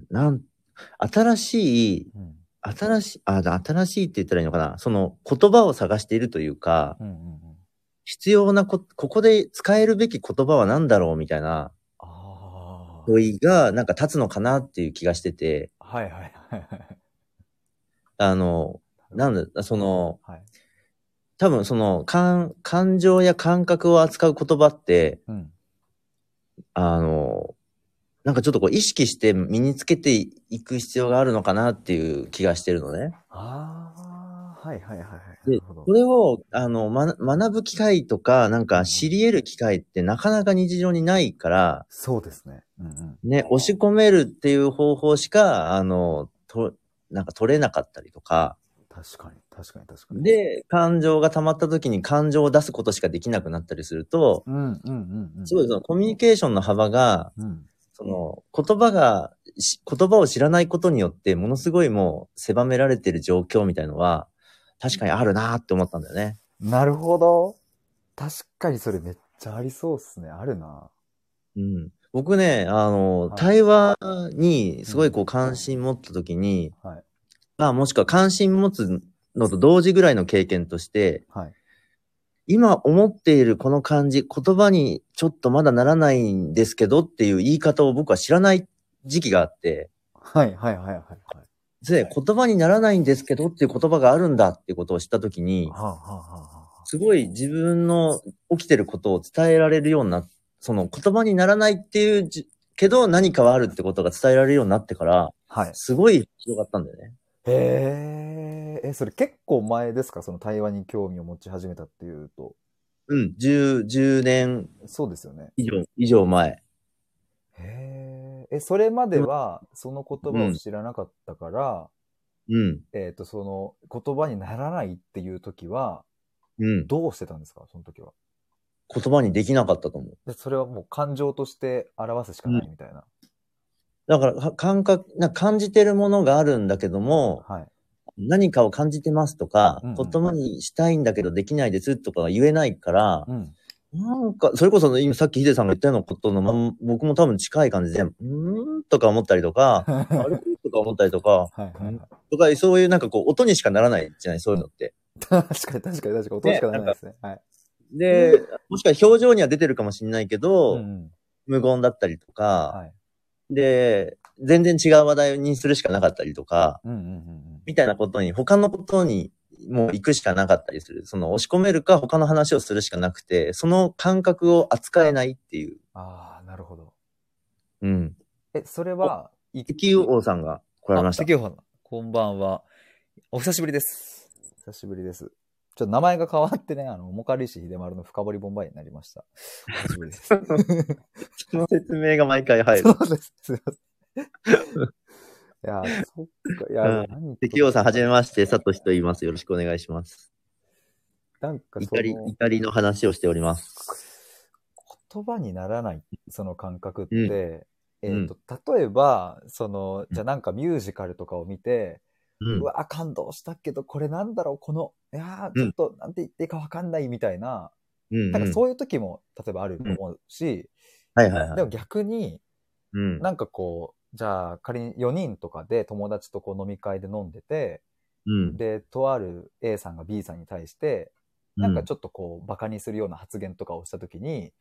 なん、新しい
うん
新しい、あ、だ新しいって言ったらいいのかなその言葉を探しているというか、
うんうんうん
必要なこ、ここで使えるべき言葉は何だろうみたいな
あー
問いがなんか立つのかなっていう気がしてて、
はいはいはいはい。
あの、なんだ、その、
はい。
多分その感、感情や感覚を扱う言葉って、
うん。
あの、なんかちょっとこう意識して身につけていく必要があるのかなっていう気がしてるのね。
ああ、はいはいはいはい。な
で
るほど
これを、あの、ま、学ぶ機会とか、なんか知り得る機会ってなかなか日常にないから、
そうですね。うんうん。
ね、押し込めるっていう方法しか、あの、と、なんか取れなかったりとか、
確かに確かに確かに。、
で、感情が溜まった時に感情を出すことしかできなくなったりすると、
うんうんうんうん。
すごいそのコミュニケーションの幅が、
うん。
その言葉が、し言葉を知らないことによって、ものすごいもう狭められてる状況みたいのは、確かにあるなーって思ったんだよね。
なるほど。確かにそれめっちゃありそうっすね。あるな。
うん、僕ね、あの、
はい
対話にすごいこう関心持った時に、
はい。
まあもしくは関心持つのと同時ぐらいの経験として、
はい。
今思っているこの感じ、言葉にちょっとまだならないんですけどっていう言い方を僕は知らない時期があって、
はいはいはいはいはい。
で、言葉にならないんですけどっていう言葉があるんだっていうことを知った時に
は、あはあはあはあ。
すごい自分の起きてることを伝えられるようになっその言葉にならないっていうじけど何かはあるってことが伝えられるようになってから、
はい。
すごい広がったんだよね。
へえ、え、それ結構前ですかその対話に興味を持ち始めたっていうと。
うん、10、10年
そうですよね。
以上、以上前。
へえ、え、それまではその言葉を知らなかったから、
うん、
えっと、その言葉にならないっていう時は、
うん。
どうしてたんですかその時は。
言葉にできなかったと思う。
で、それはもう感情として表すしかないみたいな。
だから、か感覚、なんか感じてるものがあるんだけども、
はい。
何かを感じてますとか、
うんうん
言葉にしたいんだけどできないですとかは言えないから、
うん。、
なんか、それこそ今さっきヒデさんが言ったようなことのまん、僕も多分近い感じで、うーんとか思ったりとか
はい
あれとか思ったりとか、
はいはい。
とか、そういうなんかこう、音にしかならないじゃない、そういうのって。
確かに確かに確かに。音しかならないですね。はい。
で、もしくは表情には出てるかもしれないけ
う
ど、
んうん。
無言だったりとか、
はい。
で、全然違う話題にするしかなかったりとか、
うんうんうん
みたいなことに、他のことにもう行くしかなかったりする。その押し込めるか他の話をするしかなくて、その感覚を扱えないってい
う
う。
ん。ああ、なるほど。
うん。
え、それは、い
石油王さんが来られました。
あ関尾さんこんばんは。お久しぶりです。久しぶりです。ちょっと名前が変わってね、あの、重軽石秀丸の深掘りボンバイになりました。面白いです。
その説明が毎回入る。
そうです。すいません。いや、そっか。いや、
うん
何言って
関陽さん、はじめまして、さとしと言います。よろしくお願いします。
なんかそ
怒り、
の、
怒りの話をしております。
言葉にならない、その感覚って、
うん
えっ、と、例えば、その、じゃあなんかミュージカルとかを見て、
う。
うんわ、感動したけど、これなんだろう、この、いやー
う
ちょ
ん
っと、なんて言っていいかわかんないみたいな、
うん。
なんか
うん
そういう時も、例えばあると思うし、
はいはいは
で
い。
も逆に、
うん。
なんかこう、じゃあ仮に4人とかで友達とこう飲み会で飲んでて、
うん。
で、とある A さんが B さんに対して、なんかちょっとこう、バカにするような発言とかをした時に、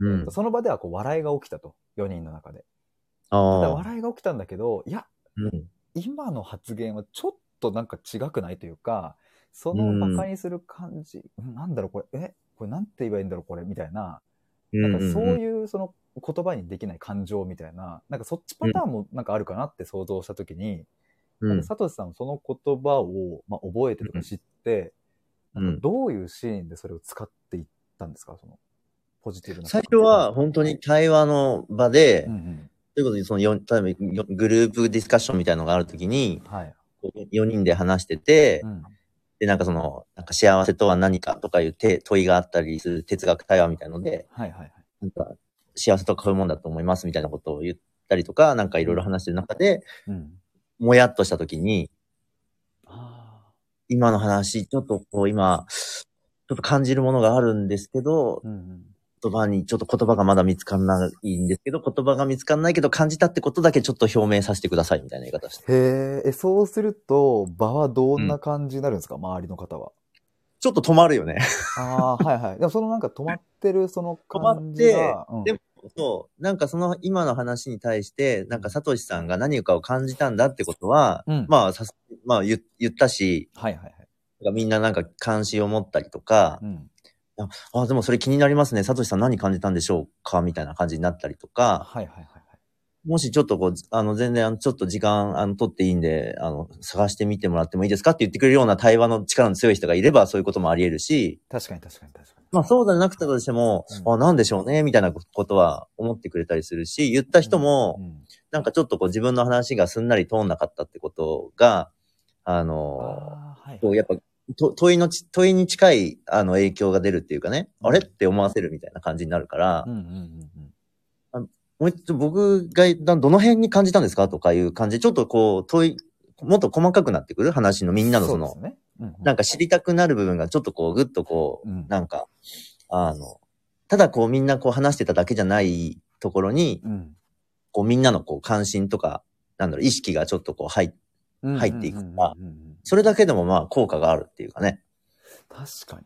う
えっ
ん
と。その場ではこう、笑いが起きたと、4人の中で。ただ
ああ。
笑いが起きたんだけど、いや、
うん
今の発言はちょっとなんか違くないというか、そのバカにする感じ、うんなんだろうこれ、えこれなんて言えばいいんだろうこれみたいな、
う
なんんかそう
う。
いうその言葉にできない感情みたいな、なんかそっちパターンもなんかあるかなって想像したときに、
うん。
サトシさんはその言葉を、まあ、覚えてとか知って、
うん
なんかどういうシーンでそれを使っていったんですかそのポジティブな。
最初は、本当に対話の場で
うん、うん、
ということにその4、例えばよグループディスカッションみたいなのがあるときに、
はい。
4人で話してて
う、ん
で、なんかその、なんか幸せとは何かとかいうて問いがあったりする哲学対話みたいので、
はいはいはい。
なんか幸せとはこういうもんだと思いますみたいなことを言ったりとか、なんかいろいろ話してる中で、
うん。
もやっとしたときに、
あ
今の話、ちょっとこう今、ちょっと感じるものがあるんですけど
ー、うんうん。
言葉に、ちょっと言葉がまだ見つかんないんですけど、言葉が見つかんないけど感じたってことだけちょっと表明させてくださいみたいな言い方して。
へーえ、そうすると、場はどんな感じになるんですか、周りの方は。
ちょっと止まるよね。
ああ、はいはい。でもそのなんか止まってるその
止まって
感じが。うん
でもそう。なんかその今の話に対して、なんかサトシさんが何かを感じたんだってことは、
うん
まあさす、まあ言言ったし、
はいはいはい。
なんかみんななんか関心を持ったりとか
う、ん。
あ、でもそれ気になりますね。サトシさん何感じたんでしょうかみたいな感じになったりと
あ
か、
はいはいはいはい。
もしちょっとこう、あの、全然、あの、ちょっと時間、あの、取っていいんで、あの、探してみてもらってもいいですかって言ってくれるような対話の力の強い人がいれば、そういうこともあり得るし、
確かに確かに確かに。
まあ、そうじゃなくたとしても、
うん
あ、なんでしょうね、みたいなことは思ってくれたりするし、言った人も、
うん
なんかちょっとこう、自分の話がすんなり通んなかったってことが、あの、
あーはい
こう、やっぱ、と問いのち、問いに近い、あの、影響が出るっていうかね、
うん
あれって思わせるみたいな感じになるから、
うんうんうんうん。
もう一度僕がなどの辺に感じたんですかとかいう感じで、ちょっとこう、問い、もっと細かくなってくる話のみんなのその、
うですね、うんうん、
なんか知りたくなる部分がちょっとこう、ぐっとこう、
うん
なんか、あの、ただこうみんなこう話してただけじゃないところに、
うん
こうみんなのこう関心とか、なんだろう、意識がちょっとこう入っ、
うん
入ってい
う
く
んうんうんうん
それだけでもまあ効果があるっていうかね。
確かに。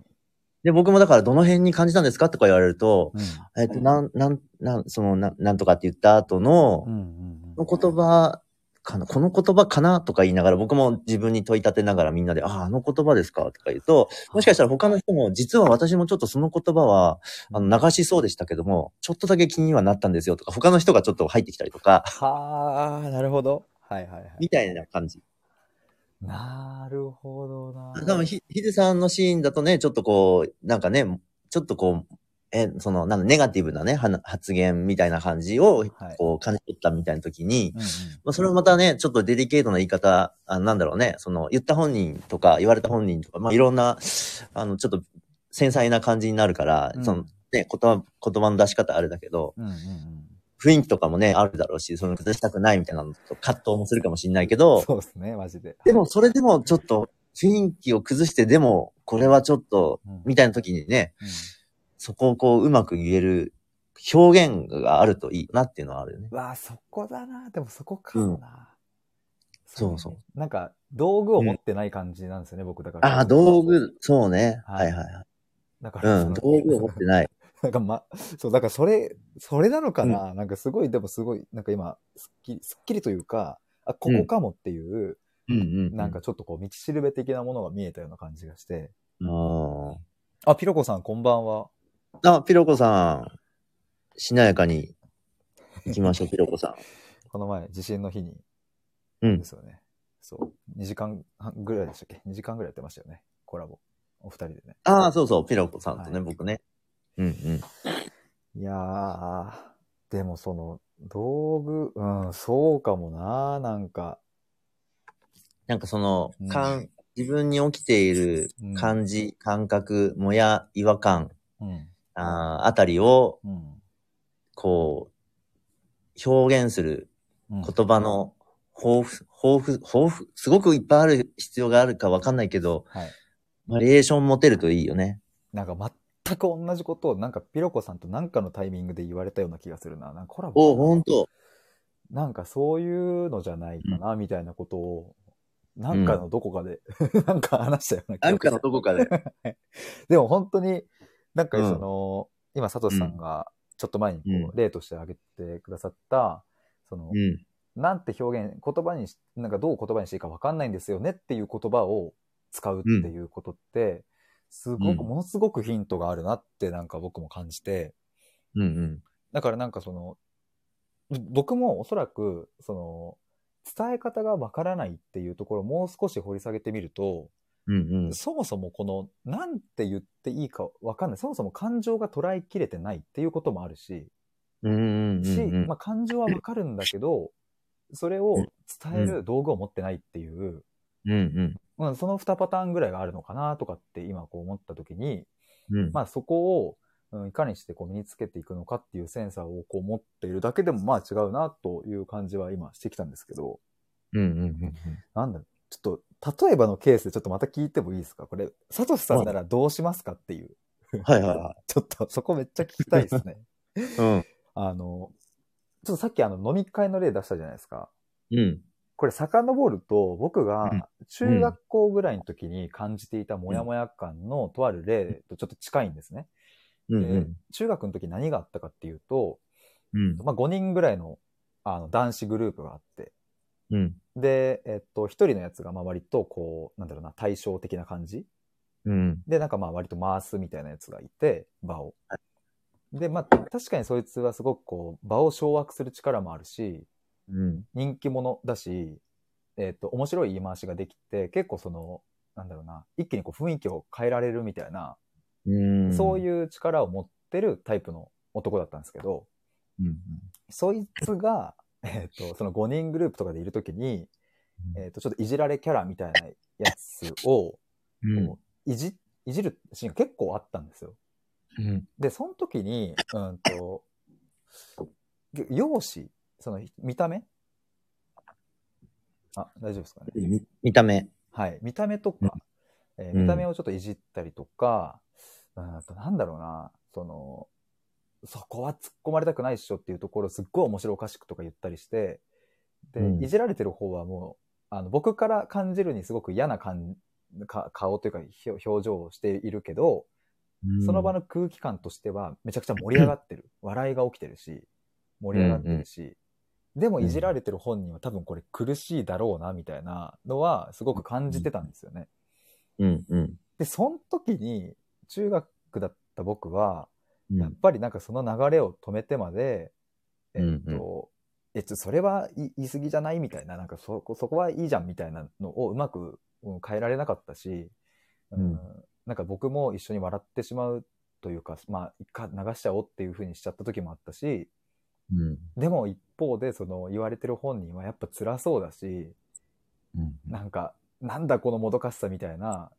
で、僕もだからどの辺に感じたんですかとか言われると、
うん
えっと、なん、なん、なん、その、なんなんとかって言った後の、
うんうんう
こ
ん
の言葉かな、この言葉かなとか言いながら、僕も自分に問い立てながらみんなで、ああ、あの言葉ですかとか言うと、もしかしたら他の人も、実は私もちょっとその言葉は、あの、流しそうでしたけども、ちょっとだけ気にはなったんですよとか、他の人がちょっと入ってきたりとか、
はあ、なるほど。はいはいはい。
みたいな感じ。
なるほどな。
多分ひ、ひでさんのシーンだとね、ちょっとこう、なんかね、ちょっとこう、え、その、なんだネガティブなね、はな発言みたいな感じを
はい、
こう、感じ取ったみたいな時に、
うんうん
まあ、それもまたね、ちょっとデリケートな言い方、あなんだろうね、その、言った本人とか、言われた本人とか、まあ、いろんな、あの、ちょっと、繊細な感じになるから、
うん
その、ね、言葉、言葉の出し方あれだけど、
うんうんうん
雰囲気とかもね、あるだろうし、その、崩したくないみたいなのと、葛藤もするかもしれないけど、
そうですね、マジで。
でも、それでも、ちょっと、雰囲気を崩して、でも、これはちょっと、
うん、
みたいな時にね、
うん
そこをこう、うまく言える、表現があるといいなっていうのはあるよね。
わあ、そこだな。でもそこかもな。
そうそう
う。なんか、道具を持ってない感じなんですよね、僕だから。
ああ、道。具、そうね。はいはいはい。
だか
う
ら、
ん、
その
道具を持ってない。
なんか、ま、そう、だからそれ、それなのかな、なんかすごい、でもすごい、なんか今、すっきり、すっきりというか、あ、ここかもっていう、
うんうんう
なんか、ちょっとこう、道しるべ的なものが見えたような感じがして。
あ
あ、ピロコさん、こんばんは。
あ。あ、ピロコさん。しなやかに行きま しょう、ピロコさ
この前、地震の日に、
ん。うん
で。すよね。そう。2時間半ぐらいでしたっけ ?2 時間ぐらいやってましたよね。コラボ。お二人でね。
ああ、そうそう、ピロコさんとね、
はい
僕ね。うんうん。
いやー、でもその、道具、うん、そうかもな、なんか。
なんかその
うん、
感、自分に起きている
うん
感じ、感覚、もや、違和感、
うん。
あーあたりを、
うん。
こう、表現する
うん
言葉の豊富、豊富、豊富、すごくいっぱいある必要があるかわかんないけど、
はい
バリエーション持てるといいよね。
なんか全く同じことを、なんかピロコさんとなんかのタイミングで言われたような気がするな。なんかコラボ
お、ほんと。
なんかそういうのじゃないかな、みたいなことを、なんかのどこかで、 なんか話したような気が
なんかのどこ かで。
でも本当に、なんか
うん
その、今、サトシさんがちょっと前にこう
うん
例として挙げてくださった、その
う、ん。
なんて表現、言葉にし、なんかどう言葉にしていいかわかんないんですよねっていう言葉を使うっていうことって、すご
うん
く、ものすごくヒントがあるなってなんか僕も感じて、
うんうん。
だからなんかその、僕もおそらく、その、伝え方がわからないっていうところをもう少し掘り下げてみると、
うんうん。
そもそもこの、なんて言っていいかわかんない。そもそも感情が捉えきれてないっていうこともあるし、
うんうん
し、
うんうん
まあ感情はわかるんだけど、それを伝える道具を持ってないっていう、
うんうん。
まあその2パターンぐらいがあるのかなとかって今こう思った時に、
うん
まあそこを、うんいかにしてこう身につけていくのかっていうセンサーをこう持っているだけでもまあ違うなという感じは今してきたんですけど、
うんうんうん
なんだろうちょっと例えばのケースでちょっとまた聞いてもいいですかこれ、サトシさんならどうしますかっていう。
うん。はいはいは
ちょっとそこめっちゃ聞きたいですね。
い。うん。
あの、ちょっとさっきあの飲み会の例出したじゃないですか。
うん。
これ遡ると僕
うん
が中学校ぐらいの時に感じていたモヤモヤ感のとある例とちょっと近いんですね。
うんう
で
ん。
中学の時何があったかっていうと、
うん。
まあ、5人ぐらいのあの男子グループがあって、
うん。
で、えっと、一人のやつがまあ割とこう、なんだろうな、対照的な感じ
うん。
で、なんかまあ割と回すみたいなやつがいて、場を
は。
で、まあ確かにそいつはすごくこう、場を掌握する力もあるし、
うん。
人気者だし、えっ、と、面白い言い回しができて、結構その、なんだろうな、一気にこう雰囲気を変えられるみたいな、
うん。
そう
う。
いう力を持ってるタイプの男だったんですけど、
うん。
そいつが、 えっ、と、その5人グループとかでいるときに、えっ、と、ちょっといじられキャラみたいなやつを、
うん
こういじ、いじるシーンが結構あったんですよ。
うん。
で、その時に、うんと、ぎ容姿、その見た目あ、大丈夫ですかね。
み見た目。
はい。見た目とか、えー
うん
見た目をちょっといじったりとか、うん、あとなんだろうな、その、そこは突っ込まれたくないっしょっていうところすっごい面白おかしくとか言ったりして、で、
うん
いじられてる方はもう、あの、僕から感じるにすごく嫌な感か顔というかひょ表情をしているけど、その場
の。
の空気感としては、めちゃくちゃ盛り上がってる。笑いが起きてるし、盛り上がってるし、でもいじられてる本人は多分これ苦しいだろうな、みたいなのは、すごく感じてたんですよね。
うんうん。
で、その時に、中学だった僕は、
う
やっ
ん
ぱりなんかその流れを止めてまで、えっ
うんうん
と、えっと、それはい言い過ぎじゃないみたいな、なんかそこ、そこはいいじゃんみたいなのをうまくうん変えられなかったし、うん
うん
なんか僕も一緒に笑ってしまうというか、まあ、一回流しちゃおうっていうふうにしちゃった時もあったし、
うん
でも一方で、その言われてる本人はやっぱ辛そうだし、
うん
なんか、なんだこのもどかしさみたいな、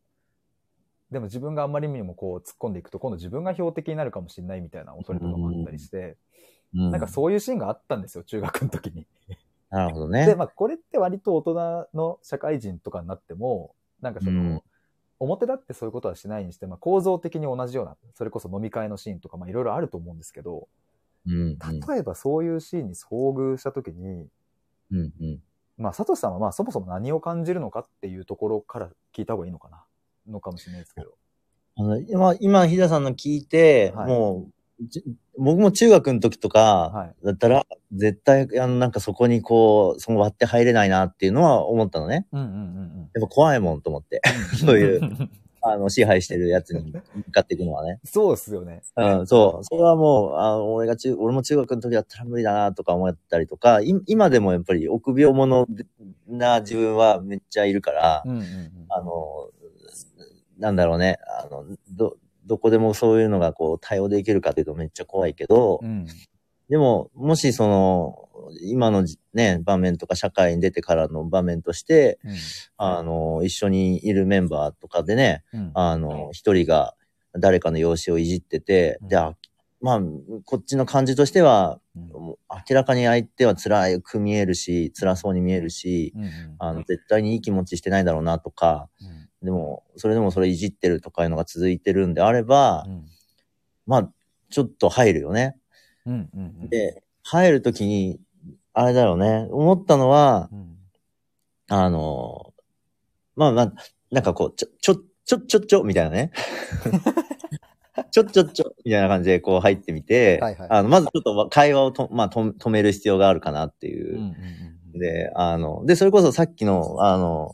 でも自分があんまりにもこう突っ込んでいくと、今度自分が標的になるかもしれないみたいな恐れとかもあったりして、
う
なんかそういうシーンがあったんですよ、中学の時に。
なるほどね。
で、まあこれって割と大人の社会人とかになっても、なんかその、
うん
表立ってそういうことはしないにして、まあ構造的に同じような、それこそ飲み会のシーンとか、まあいろいろあると思うんですけど、
うん
例えばそういうシーンに遭遇した時に、
うんうん。
まあ、サトシさんはまあ、そもそも何を感じるのかっていうところから聞いた方がいいのかな、のかもしれないですけど。
あの今、今、ひださんの聞いて、
はい
もう、じ僕も中学の時とか
はい
だったら、絶対、あの、なんかそこにこう、その割って入れないなっていうのは思ったのね。
うんうんうん
やっぱ怖いもんと思って、
うん。。
そういう、あの、支配してるやつに向かっていくのはね。
そうですよね。
うん、そう。それはもう、あ俺が中、俺も中学の時だったら無理だなとか思ったりとか、い今でもやっぱり臆病者な自分はめっちゃいるから、
うんうんうん。
あの、なんだろうね、あの、ど、どこでもそういうのがこう対応できるかっていうとめっちゃ怖いけど、
うん。
でも、もしその、今のじね、場面とか社会に出てからの場面として、
うん
あの、一緒にいるメンバーとかでね、
うん。
あの、一人が誰かの容姿をいじってて、
うん
で、あまあ、こっちの感じとしては、
うん
もう明らかに相手は辛く見えるし、辛そうに見えるし、
うん
あの、絶対にいい気持ちしてないだろうなとか、
うん
でも、それでもそれいじってるとかいうのが続いてるんであれば
う、ん
まあ、ちょっと入るよね。
うんうん
で、入るときに、あれだろうね、思ったのは、
うん
あの、まあまあ、なんかこう、ちょ、ちょ、ちょ、ちょ、ちょ、みたいな ね。ちょ、ちょ、ちょ、みたいな感じでこう入ってみて、
はいはい
あの、まずちょっと会話をと、まあ、と止める必要があるかなっていう。
うん
で、あの、で、それこそさっきの、あの、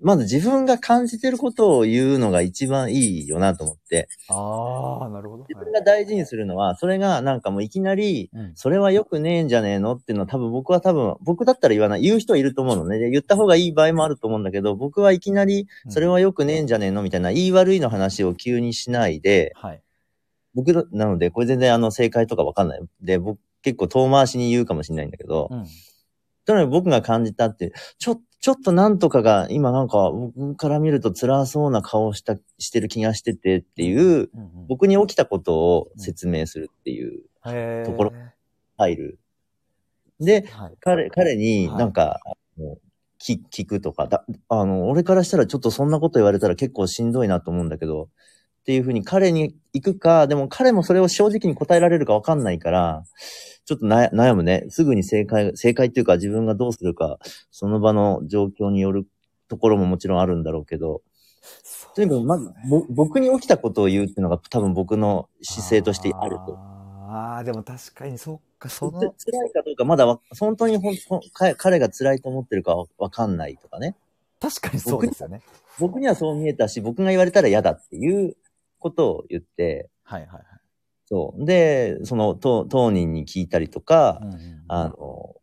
まず自分が感じてることを言うのが一番いいよなと思って、
ああ、なるほど。
自分が大事にするのは、それがなんかもういきなり、
うん
それは良くねえんじゃねえのっていうのは多分僕は多分、僕だったら言わない。言う人はいると思うのね。で言った方がいい場合もあると思うんだけど、僕はいきなり、それ、は良くねえんじゃねえのみたいな、言い悪いの話を急にしないで、
はい。
僕のなので、これ全然あの正解とかわかんない。で、僕結構遠回しに言うかもしれないんだけど、
うん
とにかく僕が感じたって、ちょ、ちょっとなんとかが今なんか僕から見ると辛そうな顔をした、してる気がしててっていう、
うん
僕に起きたことを説明するっていう
うん、
ところ
へ
入るで
ー、、はい。
彼、彼に
はい
なんか、もう聞聞くとかだ、あの、俺からしたらちょっとそんなこと言われたら結構しんどいなと思うんだけど、っていうふうに彼に行くか、でも彼もそれを正直に答えられるかわかんないから、ちょっとな悩むね。すぐに正解、正解っていうか自分がどうするか、その場の状況によるところももちろんあるんだろうけど、
そう
とにかくまず、ぼ僕に起きたことを言うっていうのが多分僕の姿勢としてあると。
ああ、でも確かに、そっか、そ
つ
の、
辛いかどうか、まだわ本当にほんほん彼彼が辛いと思ってるかわわかんないとかね。
確かにそうですよね。
僕にはそう見えたし、僕が言われたら嫌だっていうことを言って、
はいはい
そう。で、その当当人に聞いたりとか、
はい。うんうん
あの、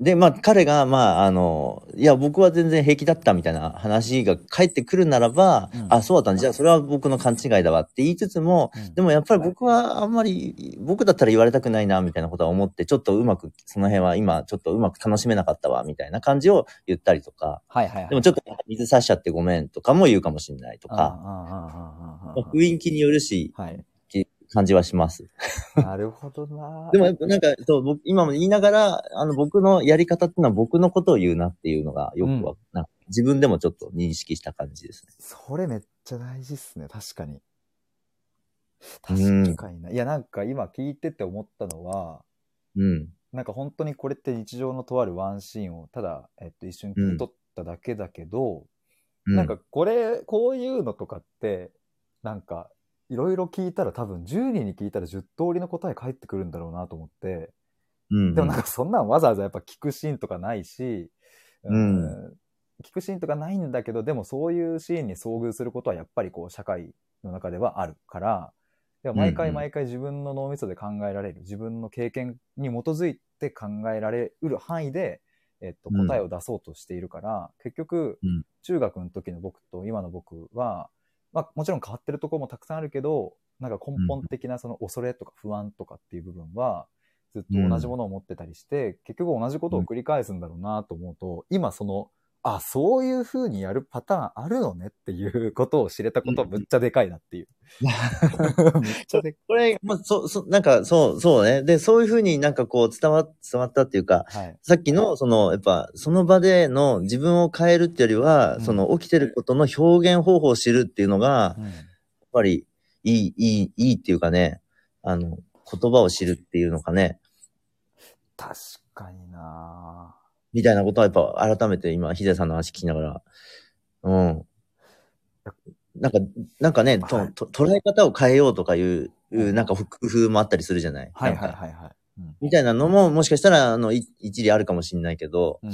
で、まあ彼が、まああの、いや、僕は全然平気だったみたいな話が返ってくるならば、
うん
あ、そうだったんだじゃあそれは僕の勘違いだわって言いつつも、
うん
でもやっぱり僕はあんまり、僕だったら言われたくないな、みたいなことは思って、ちょっとうまく、その辺は今、ちょっとうまく楽しめなかったわ、みたいな感じを言ったりとか、
はいはいはい。
でもちょっと水差しちゃってごめんとかも言うかもしれないと
あー、あ
か、
あ、あーあ
ま
ー、
あ
あ
雰囲気によるし、
あ。はい。
感じはします。
なるほどな。
でもやっぱなんか、そう、僕、今も言いながら、あの、僕のやり方っていうのは僕のことを言うなっていうのがよくわ、なんか自分でもちょっと認識した感じですね。
それめっちゃ大事っすね、確かに。
うん
確かにな。いや、なんか今聞いてて思ったのは、
うん。
なんか本当にこれって日常のとあるワンシーンをただ、えっと、一瞬切り取っただけだけど、
う
なんか、これ、こういうのとかって、なんか、いろいろ聞いたら多分10人に聞いたら10通りの答え返ってくるんだろうなと思って、
うん。
でもなんかそんなんわざわざやっぱ聞くシーンとかないし、
うん
聞くシーンとかないんだけど、でもそういうシーンに遭遇することはやっぱりこう社会の中ではあるから、でも毎
うん
回
うん
毎回自分の脳みそで考えられる、自分の経験に基づいて考えられうる範囲で、えっと、
うん
答えを出そうとしているから、結局
うん、
中学の時の僕と今の僕は、まあもちろん変わってるところもたくさんあるけど、なんか根本的なその恐れとか不安とかっていう部分は、ずっと同じものを持ってたりして、結局同じことを繰り返すんだろうなと思うと、今その、あ、そういう風にやるパターンあるのねっていうことを知れたことはむっちゃでかいな っていう。めっちゃでかい。
これ、まあ、そう、そう、なんか、そう、そうね。で、そういうふうになんかこう、伝わ、伝わったっていうか、
はい。
さっきの、その、やっぱ、その場での自分を変えるっていうよりは、
うん
その起きてることの表現方法を知るっていうのが、
う
やっ
ん
ぱり、いい、いい、いいっていうかね、あの、言葉を知るっていうのかね、
確かにな
みたいなことはやっぱ改めて今、ヒデさんの話聞きながら、うん。なんか、なんかね、とと捉え方を変えようとかいう、なんか工夫もあったりするじゃない
はい
なんか
はいはいはい。うん
みたいなのも、もしかしたら、あの、い一理あるかもしれないけど、
うん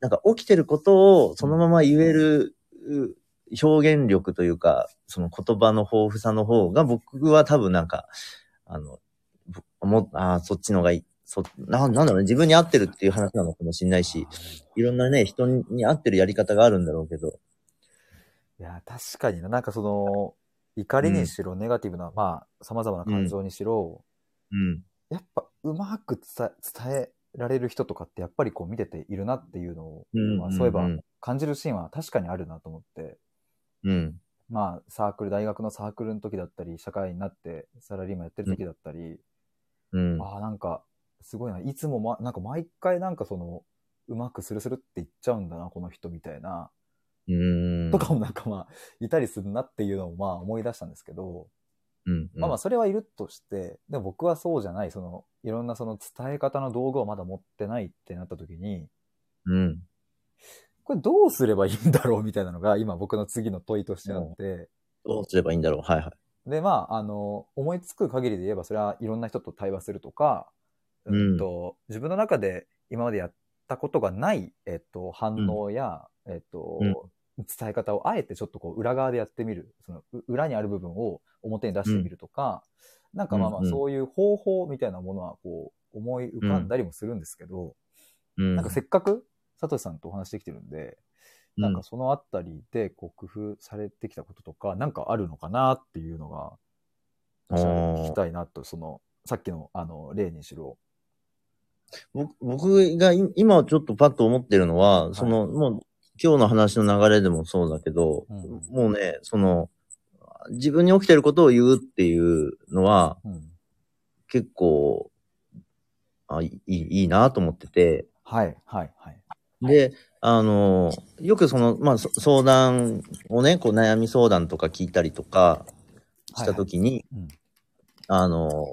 なんか起きてることをそのまま言えるう表現力というか、その言葉の豊富さの方が、僕は多分なんか、あの、ぼも、ああ、そっちの方がいい。そ、な、なんだろうね、自分に合ってるっていう話なのかもしれないし、いろんなね、人に合ってるやり方があるんだろうけど、
いいや、確かにな。なんかその、怒りにしろ、ネガティブな、まあ、様々な感情にしろ、
うん。
やっぱ、うまく伝え伝えられる人とかって、やっぱりこう見てているなっていうのを、
うん
まあ、そういえば
うん、
感じるシーンは確かにあるなと思って、
うん。
まあ、サークル、大学のサークルの時だったり、社会になって、サラリーマンやってる時だったり、
うん。
ああ、なんか、すごいな。いつも、ま、なんか毎回なんかその、うまくスルスルっていっちゃうんだな、この人みたいな。
うん。
とかもなんかまあ、いたりするなっていうのをまあ思い出したんですけど、
うん。
まあまあそれはいるとして、でも僕はそうじゃない、その、いろんなその伝え方の道具をまだ持ってないってなった時に、
うん。
これどうすればいいんだろうみたいなのが今僕の次の問いとしてあって、
どうすればいいんだろう。はいはい。
でまあ、あの、思いつく限りで言えばそれはいろんな人と対話するとか、うんと、自分の中で今までやったことがない、えっと、反応や、えっと、
うん
伝え方をあえてちょっとこう裏側でやってみる。そのう裏にある部分を表に出してみるとか、なんかまあま
う
あ
んうん
そういう方法みたいなものはこう思い浮かんだりもするんですけど、
うん。
なんかせっかくサトシさんとお話してきてるんで、なんかそのあたりでこう工夫されてきたこととか、なんかあるのかなっていうのが、
うん
私は聞きたいなと、その、さっきのあの例にしろ。
僕僕がい今ちょっとパッと思ってるのは、その、もう今日の話の流れでもそうだけど、
うん
もうね、その、自分に起きてることを言うっていうのは
うん
結構、あいいいいいなと思ってて、
はい、はい、はい。
で、あの、よくその、まあ、そ相談をね、こう悩み相談とか聞いたりとかしたときに、
うん
あの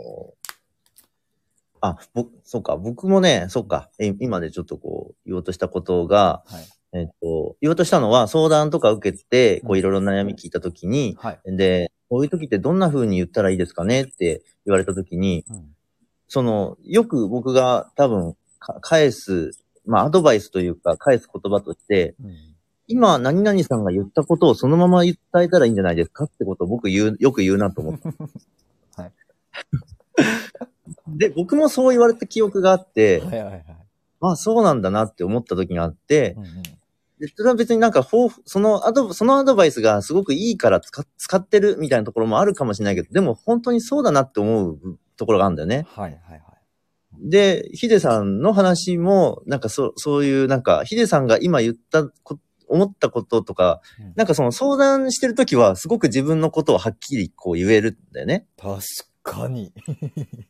あ、僕、そうか、僕もね、そうか、え今でちょっとこう、言おうとしたことが、
はい。
えっと、言おうとしたのは、相談とか受けて、
う
こう、
ん
いろいろ悩み聞いたときに、
はい。
で、こういう時ってどんな風に言ったらいいですかねって言われたときに、
うん。
その、よく僕が多分、か返す、まあ、アドバイスというか、返す言葉として、
うん。
今、何々さんが言ったことをそのまま伝えたらいいんじゃないですかってことを僕言う、よく言うなと思って。
はい。
で、僕もそう言われた記憶があって、
はいはいはい。
まあそうなんだなって思った時があって
う、んうん
でそれは別になんか抱負、そのアド、そのアドバイスがすごくいいから使使ってるみたいなところもあるかもしれないけど、でも本当にそうだなって思うところがあるんだよね。
はいはいはい。
で、ヒデさんの話も、なんかそ、そういう、なんか、ヒデさんが今言ったこ、思ったこととか、
うん
なんかその相談してるときは、すごく自分のことをはっきりこう言えるんだよね。
確かに。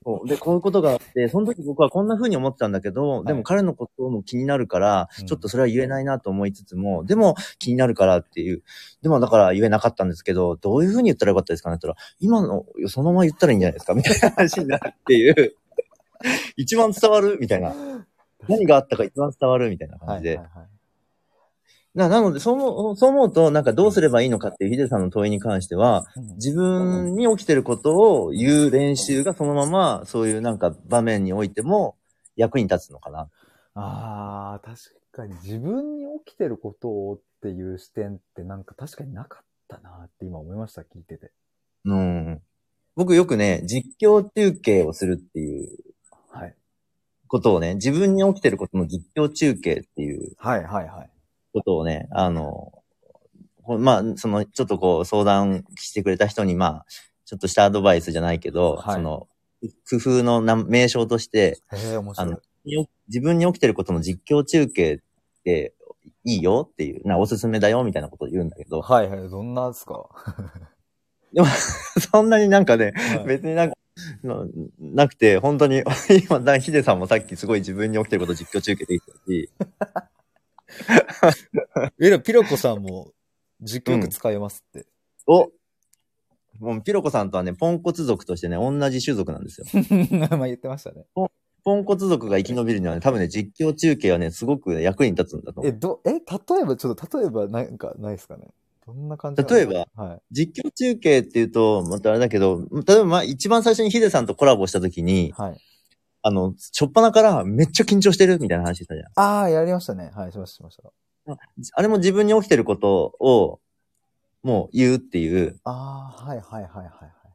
そうで、こういうことがあって、その時僕はこんな風に思ってたんだけど、でも彼のことも気になるから
う、ん
ちょっとそれは言えないなと思いつつも、でも気になるからっていう。でもだから言えなかったんですけど、どういう風に言ったらよかったですかねって言ったら、今のそのまま言ったらいいんじゃないですかみたいな話になるっていう。 一番伝わるみたいな。何があったか一番伝わるみたいな感
は
じ
い
で。
はいはい。
ななので、そう思う、そう思うと、なんかどうすればいいのかっていうヒデさんの問いに関しては、
うん
自分に起きてることを言う練習がそのまま、そういうなんか場面においても役に立つのかな。
ああ、確かに自分に起きてることをっていう視点ってなんか確かになかったなって今思いました、聞いてて。
うん。僕よくね、実況中継をするっていう
はい。
ことをね、自分に起きてることの実況中継っていう
はいはいはい。
ことをね、あの、こうまあ、その、ちょっとこう、相談してくれた人に、まあ、ちょっとしたアドバイスじゃないけど、
はい
その、工夫のな名称として、
へえ、面白い
あ。のよ自分に起きてることの実況中継っていいよっていう、なおすすめだよみたいなことを言うんだけど、
はいはい、どんなです か、
そんなになんかね、
はい、
別になんか、ななくて、本当に、 今、だヒデさんもさっきすごい自分に起きてること実況中継できたし、
えら、ピロコさんも実
況区
使えますって。
おもうピロコさんとはね、ポンコツ族としてね、同じ種族なんですよ。
まあ言ってましたね。
ポンコツ族が生き延びるにはね、多分ね、実況中継はね、すごくね、役に立つんだと思
え、
う。
ど、え、例えば、ちょっと例えばなんかないですかねどんな感じなの
例えば、
はい。
実況中継っていうと、またあれだけど、例えば、まあ、一番最初にヒデさんとコラボした時に、
はい。
あの、しょっぱなからめっちゃ緊張してるみたいな話したじゃん。
ああ、やりましたね。はい、しました、しました。
あれも自分に起きてることを、もう言うっていう、
ああ、はい、はい、はい、はいは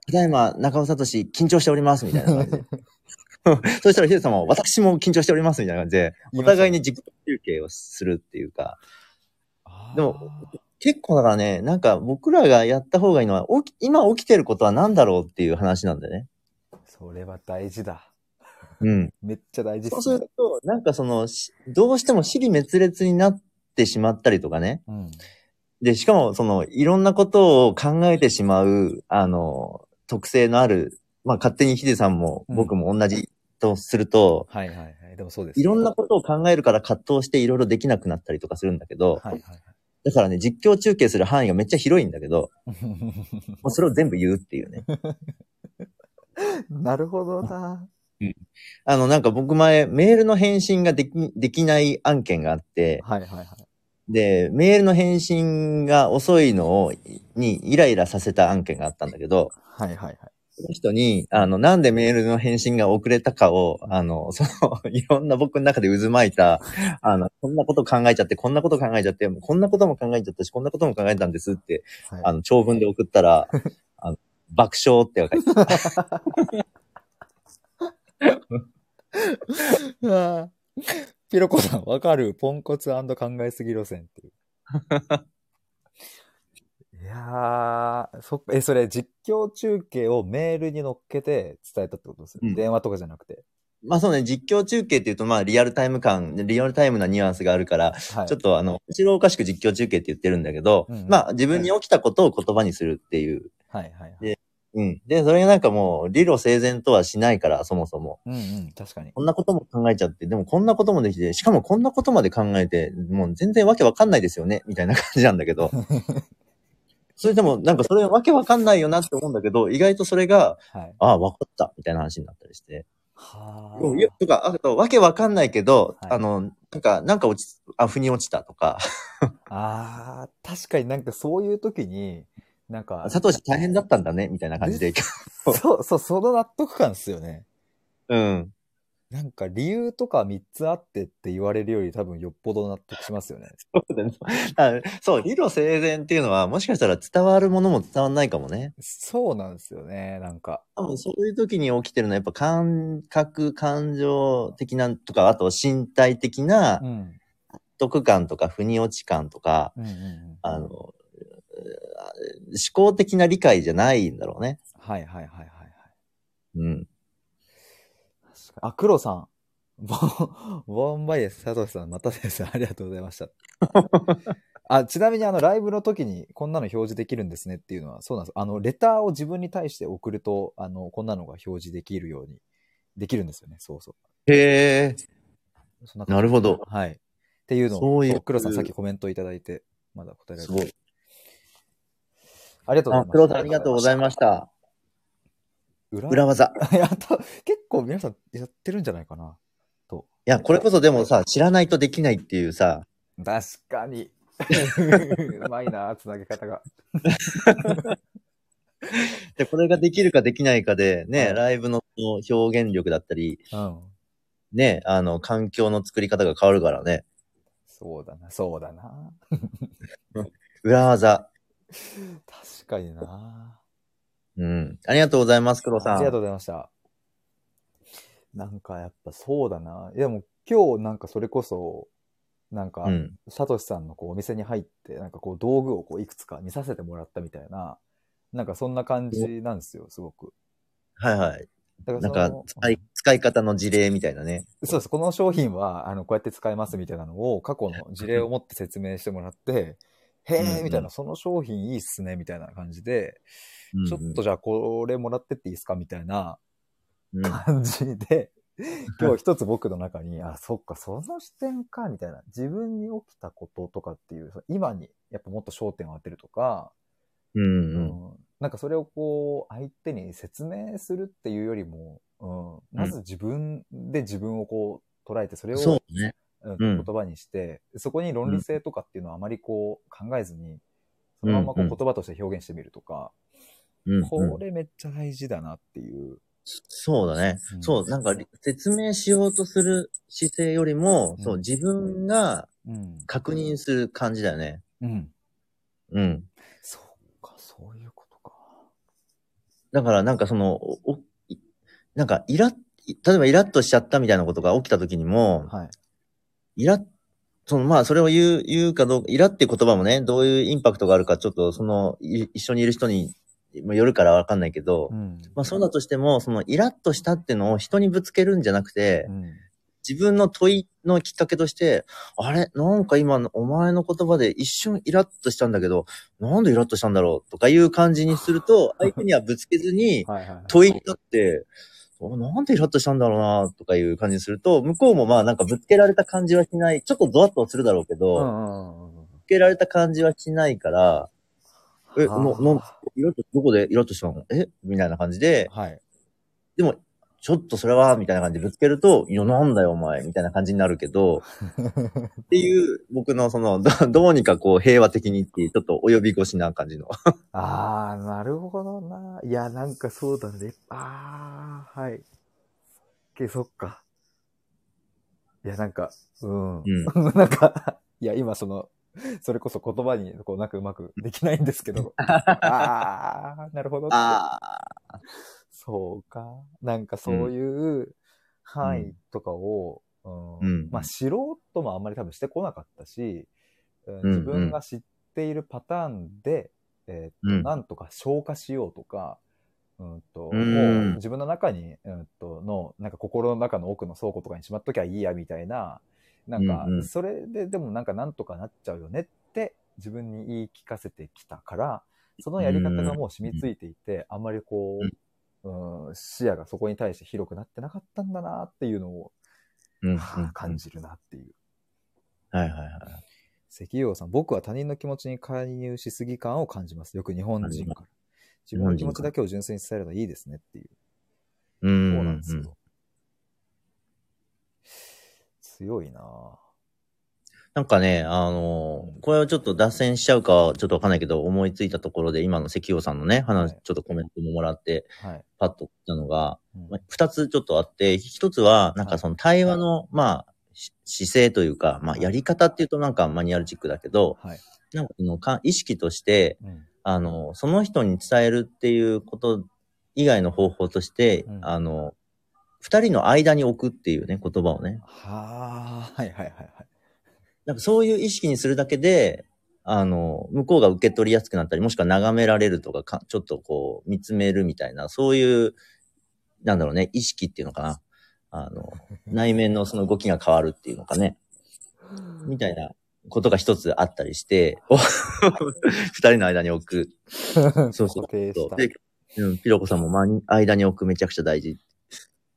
い。
ただいま中尾聡緊張しておりますみたいな感じで。 そしたらヒデさんも私も緊張しておりますみたいな感じで、お互いに
言いまし
自己中継をするっていうか、
たね、
でも
あ
結構だからね、なんか僕らがやった方がいいのは、起き今起きてることは何だろうっていう話なんだよね。
それは大事だ。
うん。
めっちゃ大事っ
そう
す
す
ね
ると、なんかその、しどうしても尻滅裂になってしまったりとかね。
うん。
で、しかも、その、いろんなことを考えてしまう、あの、特性のある、まあ、勝手にヒデさんも
うん
僕も同じとすると、
はいはいはい。でもそうです、
いろんなことを考えるから葛藤していろいろできなくなったりとかするんだけど、
はいはい
だからね、実況中継する範囲がめっちゃ広いんだけど、
はい。
もうそれを全部言うっていうね。
なるほどな。
あの、なんか僕前、メールの返信ができ、できない案件があって、
はいはいはい。
で、メールの返信が遅いのを、にイライラさせた案件があったんだけど、
はいはいはい。
その人に、あの、なんでメールの返信が遅れたかを、あの、 その、いろんな僕の中で渦巻いた、あの、こんなこと考えちゃって、こんなこと考えちゃって、こんなことも考えちゃったし、こんなことも考えたんですって、
はい、
あの、長文で送ったら、あの爆笑って書いてあった
あー ピロコさん、わかる。ポンコツ考えすぎ路線って いう。いやー、そっかえ、それ、実況中継をメールに乗っけて伝えたってことですよ、
うん
電話とかじゃなくて。
まあそうね、実況中継っていうと、まあリアルタイム感、リアルタイムなニュアンスがあるから、
はい。
ちょっとあの、後ろおかしく実況中継って言ってるんだけど、
うんうん
まあ自分に起きたことを言葉にするっていう。
はいはいはい。
でうん。で、それがなんかもう、理路整然とはしないから、そもそも。
うんうん、確かに。
こんなことも考えちゃって、でもこんなこともできて、しかもこんなことまで考えて、もう全然わけわかんないですよね、みたいな感じなんだ けど。それでも、なんかそれわけわかんないよなって思うんだけど、意外とそれが、
はい。
ああ、わかった、みたいな話になったりして。
は
うんいやとか、あと、わけわかんないけど、
はい
あの、なんか、なんか落ち、あ、腑に落ちたと か、
あー、確かになんかそういう時に、なんか、
佐藤氏大変だったんだね、みたいな感じで。
そう、そう、その納得感っすよね。
うん。
なんか理由とか3つあってって言われるより多分よっぽど納得しますよね。
そうだねあそう、理路整然っていうのは、もしかしたら伝わるものも伝わんないかもね。
そうなんですよね、なんか。
多分そういう時に起きてるのは、やっぱ感覚、感情的なとか、あと身体的な
う、ん。
得感とか、腑に落ち感とか、
うんうんうん。
あの、うー思考的な理解じゃないんだろうね。
はいはいはいはいはい。
うん。
確かにあ、黒さん。ボン、ボンバイです。佐藤さん、またです。ありがとうございま した。あ、ちなみにあの、ライブの時にこんなの表示できるんですねっていうのは、そうなんです。あの、レターを自分に対して送ると、あの、こんなのが表示できるように、できるんですよね。そうそ
へえ、
う。そんな感じ
なるほど。
はい。っていうのを、
そういう
そう黒さんさっきコメントいただいて、まだ答えられて
すご
ない
い。
ありがとうござい
あ、
ます。
黒田ありがとうございました。
裏
裏技。い
やった。結構皆さんやってるんじゃないかな。
や、これこそでもさ、知らないとできないっていうさ、
確か に。うまいな、つなげ方が。
で、これができるかできないかで、ね、
はい
ライブの表現力だったり、
うん。
ね、あの、環境の作り方が変わるからね。
そうだな、そうだな。
裏技。
確かにな。
うん。ありがとうございます、黒さん。
ありがとうございました。なんかやっぱそうだな。いやでも今日なんかそれこそ、なんか
う、ん。
サトシさんのこうお店に入って、なんかこう道具をこういくつか見させてもらったみたいな、なんかそんな感じなんですよ、すごく。
はいはい。
だ
なん
その
か、使い、使い方の事例みたいなね。
そうです。この商品は、あの、こうやって使えますみたいなのを、過去の事例を持って説明してもらって、へ
うんう
え、
ん
みたいな、その商品いいっすね、みたいな感じで、
うん
ちょっと、じゃあこれもらってっていいですかみたいな
うん
感じで、今日一つ僕の中に、あ、そっか、その視点か、みたいな。自分に起きたこととかっていう、その今にやっぱもっと焦点を当てるとか、
うんうん。
うんなんかそれをこう相手に説明するっていうよりも、うん、まず自分で自分をこう捉えてそれを、
そうね。
うん
うん
言葉にして、そこに論理性とかっていうのはあまりこう考えずに、そのまんまこ
うん
う
うん
言葉として表現してみるとか、
うんうん
これめっちゃ大事だなっていう。
そうだね。
うん
そう、なんか、説明しようとする姿勢よりも、そうう、
ん
自分が
うん。
確認する感じだよね。
うん。
うん。
そうか、そういうことか。
だからなんかその、おおいなんかイラッ、例えばイラッとしちゃったみたいなことが起きた時にも、
はい。
イラッそのまあ、それを言う、言うかどうか、イラって言葉もね、どういうインパクトがあるか、ちょっとその、い一緒にいる人にもよるからわかんないけど、
うん。
まあそうだとしても、そのイラッとしたってのを人にぶつけるんじゃなくて
う、ん。
自分の問いのきっかけとして、あれなんか今のお前の言葉で一瞬イラッとしたんだけど、なんでイラッとしたんだろうとかいう感じにす ると、相手にはぶつけずに
はいはいはい。
問いになって、おなんでイラッとしたんだろうなとかいう感じにすると、向こうもまあなんかぶつけられた感じはしない、ちょっとドワッとするだろうけど、
うん
ぶ
うんうんうん。
つけられた感じはしないから、え、
あ
の、
ー
の、イラッと、どこでイラッとしたのえみたいな感じで、
はい。
でも、ちょっとそれは、みたいな感じでぶつけると、いや、なんだよ、お前、みたいな感じになるけど、っていう、僕のその、どどうにかこう、平和的にっていう、ちょっと及び腰な感じの。
ああ、なるほどな。いや、なんかそうだね。ああ、はい。け、そっか。いや、なんか、うん。
うん。
なんか、いや、今その、それこそ言葉に、こう、なんかうまくできないんですけ ど。 ああ、なるほどって。
あ
そうか。なんかそういう範囲とかを、うん
うん
まあ素人もあんまり多分してこなかったし、うん
うん
自分が知っているパターンで、えー
うん
なんとか消化しようとか、うんと
うん
もう自分の中に、うん、とのなんか心の中の奥の倉庫とかにしまっときゃいいやみたいななんか
うんうん
それででもなんかなんとかなっちゃうよねって自分に言い聞かせてきたからそのやり方がもう染みついていてあんまりこう、うん、視野がそこに対して広くなってなかったんだなっていうのを、
うんうん
はあ感。じるなっていう。
はいはいはい。
石油さん、僕は他人の気持ちに介入しすぎ感を感じます。よく日本人から。自分の気持ちだけを純粋に伝えるのはいいですねっていう。
う。
そうんなんです
うん
よ。強いなぁ。
なんかね、あのーこれはちょっと脱線しちゃうかはちょっとわかんないけど、思いついたところで、今の関陽さんのね、話、
はい
ちょっとコメントももらって、
はい。
パッと来たのが、
うん
まあ二つちょっとあって、一つは、なんかその対話の、まあ、し姿勢というか、まあ、やり方っていうとなんかマニュアルチックだけど、
はい。
なんかそのか意識として、
うん
あの、その人に伝えるっていうこと以外の方法として、
うん
あの、二人の間に置くっていうね、言葉をね。
はぁ、はいはいはいはい。
なんかそういう意識にするだけで、あの、向こうが受け取りやすくなったり、もしくは眺められるとかか、ちょっとこう、見つめるみたいな、そういう、なんだろうね、意識っていうのかな。あの、内面のその動きが変わるっていうのかね。みたいなことが一つあったりして、お二人の間に置く。そうそう
固定した。
で、うん、ピロコさんも間に間に置くめちゃくちゃ大事って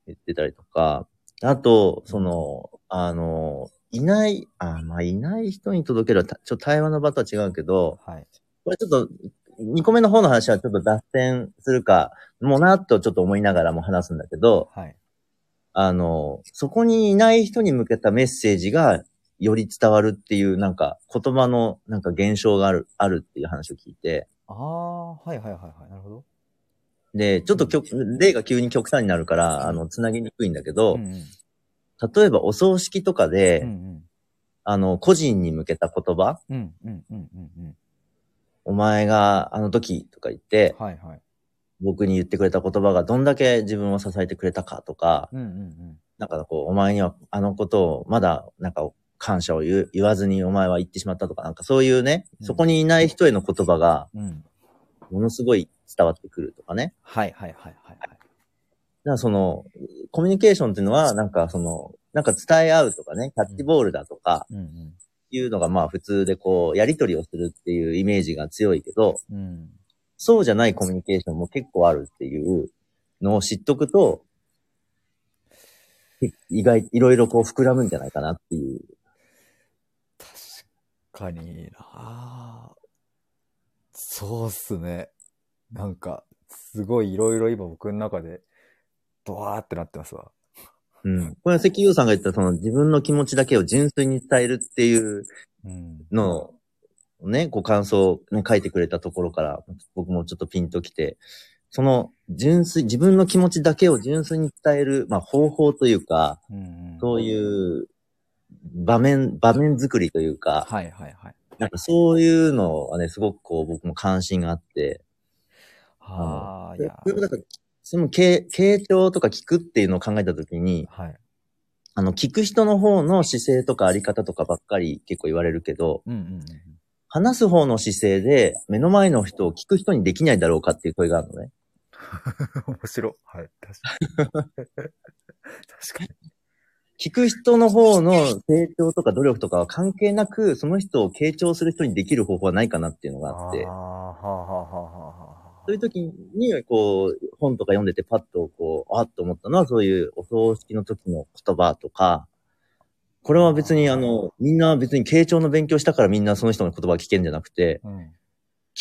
言ってたりとか、あと、その、あの、いない、あ、まあ、いない人に届けるは、たちょっと対話の場とは違うけど、
はい。
これちょっと、2個目の方の話はちょっと脱線するか、もうなとちょっと思いながらも話すんだけど、
はい。
あの、そこにいない人に向けたメッセージがより伝わるっていう、なんか、言葉の、なんか現象がある、あるっていう話を聞いて、
ああ、はいはいはいはい。なるほど。
で、ちょっと曲、例が急に極端になるから、あの、つなぎにくいんだけど、
うんうん
例えばお葬式とかで、
うん
あの、個人に向けた言葉、
うんうんうんうんうん
お前があの時とか言っ
う
て
ん。、はいはい。
僕に言ってくれた言葉がどんだけ自分を支えてくれたかとか、
うんうん
なんかこう、お前にはあのことをまだ、なんか感謝を言う言わずにお前は言ってしまったとか、なんかそういうね、
うん
そこにいない人への言葉が
うん。うん。
ものすごい伝わってくるとかね。
はいはいはいはいはい。
だからその、コミュニケーションっていうのは、なんかその、なんか伝え合うとかね、キャッチボールだとか、
うんうん。
いうのがまあ普通でこう、やりとりをするっていうイメージが強いけど、
うん。
そうじゃないコミュニケーションも結構あるっていうのを知っとくと、け意外、いろいろこう膨らむんじゃないかなっていう。
確かになそうっすね。なんか、すごいいろいろ今僕の中で、ドワーってなってますわ。
うん。これは石油さんが言ったその自分の気持ちだけを純粋に伝えるっていう
うん。
のをね、ご感想を書いてくれたところから、僕もちょっとピンときて、その純粋、自分の気持ちだけを純粋に伝える、まあ方法というか、
うんうん、
そ
う。
ういう場面、場面作りというか、
はいはいはい。
なんかそういうのはね、すごくこう僕も関心があって、
ああ、いや
そ。れもだから、その傾傾聴とか聞くっていうのを考えたときに、
はい。
あの、聞く人の方の姿勢とかあり方とかばっかり結構言われるけど、
うんうんうん。
話す方の姿勢で目の前の人を聞く人にできないだろうかっていう声があるのね。
面白い。はい。確かに。確かに。
聞く人の方の成長とか努力とかは関係なく、その人を傾聴する人にできる方法はないかなっていうの
あ
があって
は、あはあはあはあは
そういう時に、こう、本とか読んでてパッとこう、あっと思ったのは、そういうお葬式の時の言葉とか、これは別にあの、みんな別に傾聴の勉強したからみんなその人の言葉聞けんじゃなくて、
あ。うん。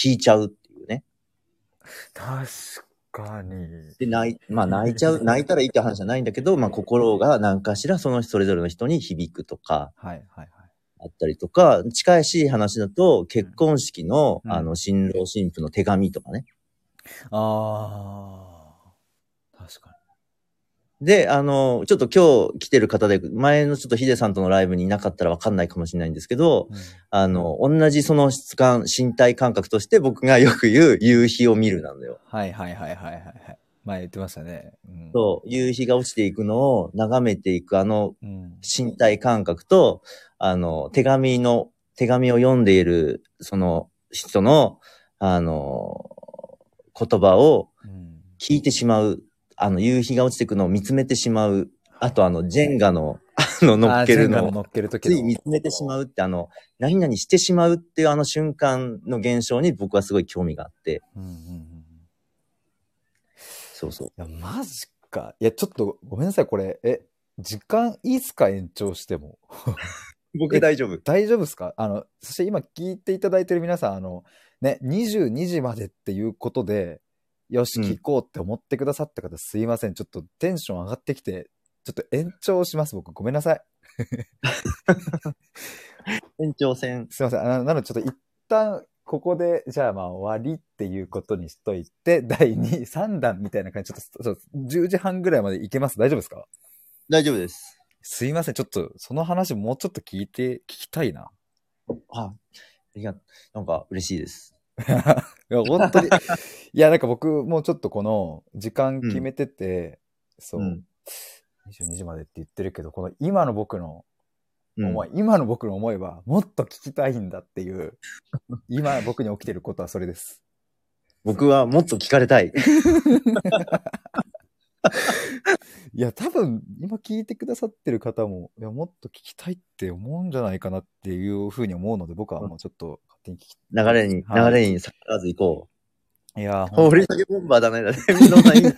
聞いちゃうっていうね。
確かに。
で、泣い、まあ泣いち ゃう、泣いたらいいって話じゃないんだけど、まあ心が何かしらその人それぞれの人に響くとか、
はいはいはい。
あったりとか、近いし話だと、結婚式の、
うん
あの、新郎新婦の手紙とかね。
ああ。確か
で、あの、ちょっと今日来てる方で、前のちょっとヒデさんとのライブにいなかったらわかんないかもしれないんですけど、
に。
あの、同じその質感、身体感覚として僕がよく言う夕日を見るなんだよ。
はいはいはいはいはいはい。前言ってましたね。うん。
そう、夕日が落ちていくのを眺めていくあの
う。ん。
身体感覚と、あの、手紙の、手紙を読んでいる、その人の、あの、言葉を
うん。
聞いてしまう、あの、夕日が落ちていくのを見つめてしまう、あとあの、ジェンガの、あの、乗っける
あージェンガ
の
の
を、
乗っけるとき
つい見つめてしまうって、あの、何々してしまうっていうあの瞬間の現象に僕はすごい興味があって、
うんうんうん。
そうそう。
いや、マジか。いや、ちょっとごめんなさい、これ。え、時間いいっすか延長しても。
僕大丈夫。
大丈夫っすかあの、そして今聞いていただいてる皆さん、あの、ね、22時までっていうことで、よし、
うん
聞こうって思ってくださった方、すいません。ちょっとテンション上がってきて、ちょっと延長します、僕。ごめんなさい。
延長戦。
すいません。あななので、ちょっと一旦、ここで、じゃあまあ終わりっていうことにしといて、 第2、3弾みたいな感じ、ちょっとそう、10時半ぐらいまでいけます。大丈夫ですか
大丈夫です。
すいません。ちょっと、その話もうちょっと聞いて、聞きたいな。
あ、いや、なんか嬉しいです。
いや、本当に。い や、なんか僕もちょっとこの、時間決めてて、そう、
うん
22時までって言ってるけど、この今の僕の
うん
思い、今の僕の思いは、もっと聞きたいんだっていう、今僕に起きてることはそれです。
僕はもっと聞かれたい。
いや、多分、今聞いてくださってる方も、いや、もっと聞きたいって思うんじゃないかなっていうふうに思うので、僕はもうちょっと勝手に聞き、
流れに、
はい
流れに逆らわず行こ
いやー、
う。掘り下げボンバーだね。だね みのさんいい爆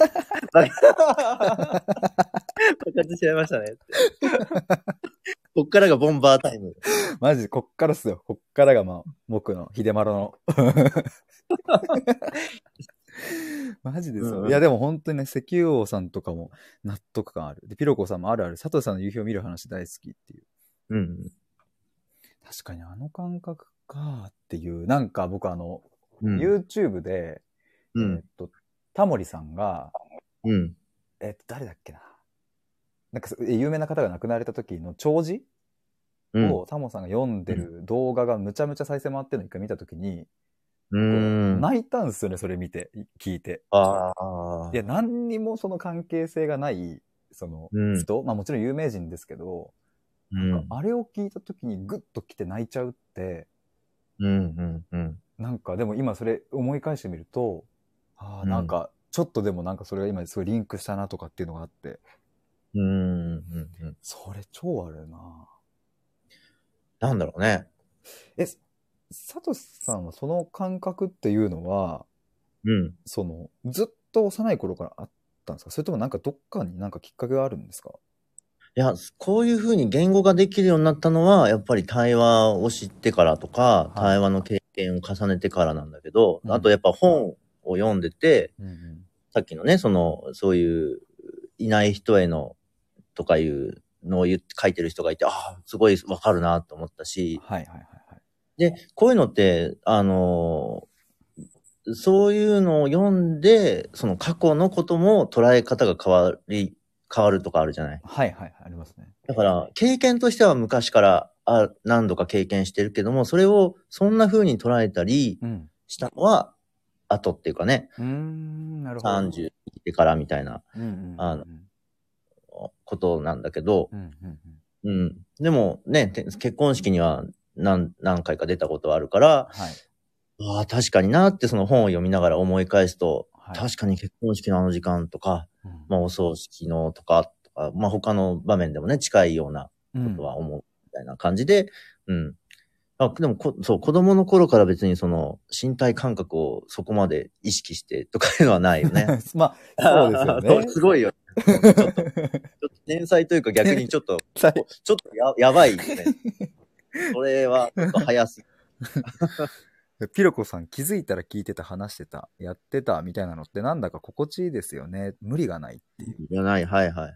発しちゃいましたね。 こっからがボンバータイム。
マジ、こっからっすよ。こっからが、まあ、僕の、秀丸の。 マジですよ、
うんうん
いや、でも本当にね、石油王さんとかも納得感ある。で、ピロコさんもあるある。佐藤さんの夕日を見る話大好きっていう。
うん。
確かにあの感覚かっていう。なんか僕あの、
うん。
YouTube で、
う
えーっ
ん。
と、タモリさんが、
うん。
えーっと、誰だっけな。なんか、え有名な方が亡くなられた時の弔辞
うん。
をタモさんが読んでる動画がむちゃむちゃ再生回ってるの一回見た時に、
うん。
泣いたんすよね、それ見て、い聞いて。
ああ
い。や、何にもその関係性がない、その
うん
人、まあもちろん有名人ですけど、
うん。
あれを聞いた時にグッと来て泣いちゃうって、
うん。うん。
なんかでも今それ思い返してみると、ああ、
うん
なんか、ちょっとでもなんかそれが今すごいリンクしたなとかっていうのがあって、
うん。うん。
それ超あるな
なんだろうね。
え、サトシさんはその感覚っていうのは、
うん。
その、ずっと幼い頃からあったんですかそれともなんかどっかになんかきっかけがあるんですか
いや、こういうふうに言語ができるようになったのは、やっぱり対話を知ってからとか
は、い
対話の経験を重ねてからなんだけど、
うん
あとやっぱ本を読んでて、
うんうん。
さっきのね、その、そういう、いない人への、とかいうのを言って書いてる人がいて、ああ、すごいわかるなと思ったし、
はいはいはいはい。
で、こういうのって、あのーそういうのを読んで、その過去のことも捉え方が変わり、変わるとかあるじゃない
はいはいはい、ありますね。
だから、経験としては昔からあ何度か経験してるけども、それをそんな風に捉えたり
うん。
したのは、後っていうかね、
うーん、なるほど。
30。でからみたいな
うんうんうん、
あの
うん
こことなんだけど、
うんうんうん。
うん。でもね、て結婚式には何、何回か出たことはあるから、
はい。
ああ、確かになってその本を読みながら思い返すと、
はい、
確かに結婚式のあの時間とか、
うん
まあお葬式のとか、とかまあ他の場面でもね、近いようなことは思うみたいな感じで、うん。あでもこ、そう、子供の頃から別にその身体感覚をそこまで意識してとかいうのはないよね。
うん まあ、そう ですよね。
すごいよ。ちょっと、ちょっと天才というか逆にちょっと、
最
ちょっとややばいよね。それは、ちょっと早すぎ
ピロコさん気づいたら聞いてた、話してた、やってたみたいなのってなんだか心地いいですよね。無理がない。
る。いやない、はいはいはい。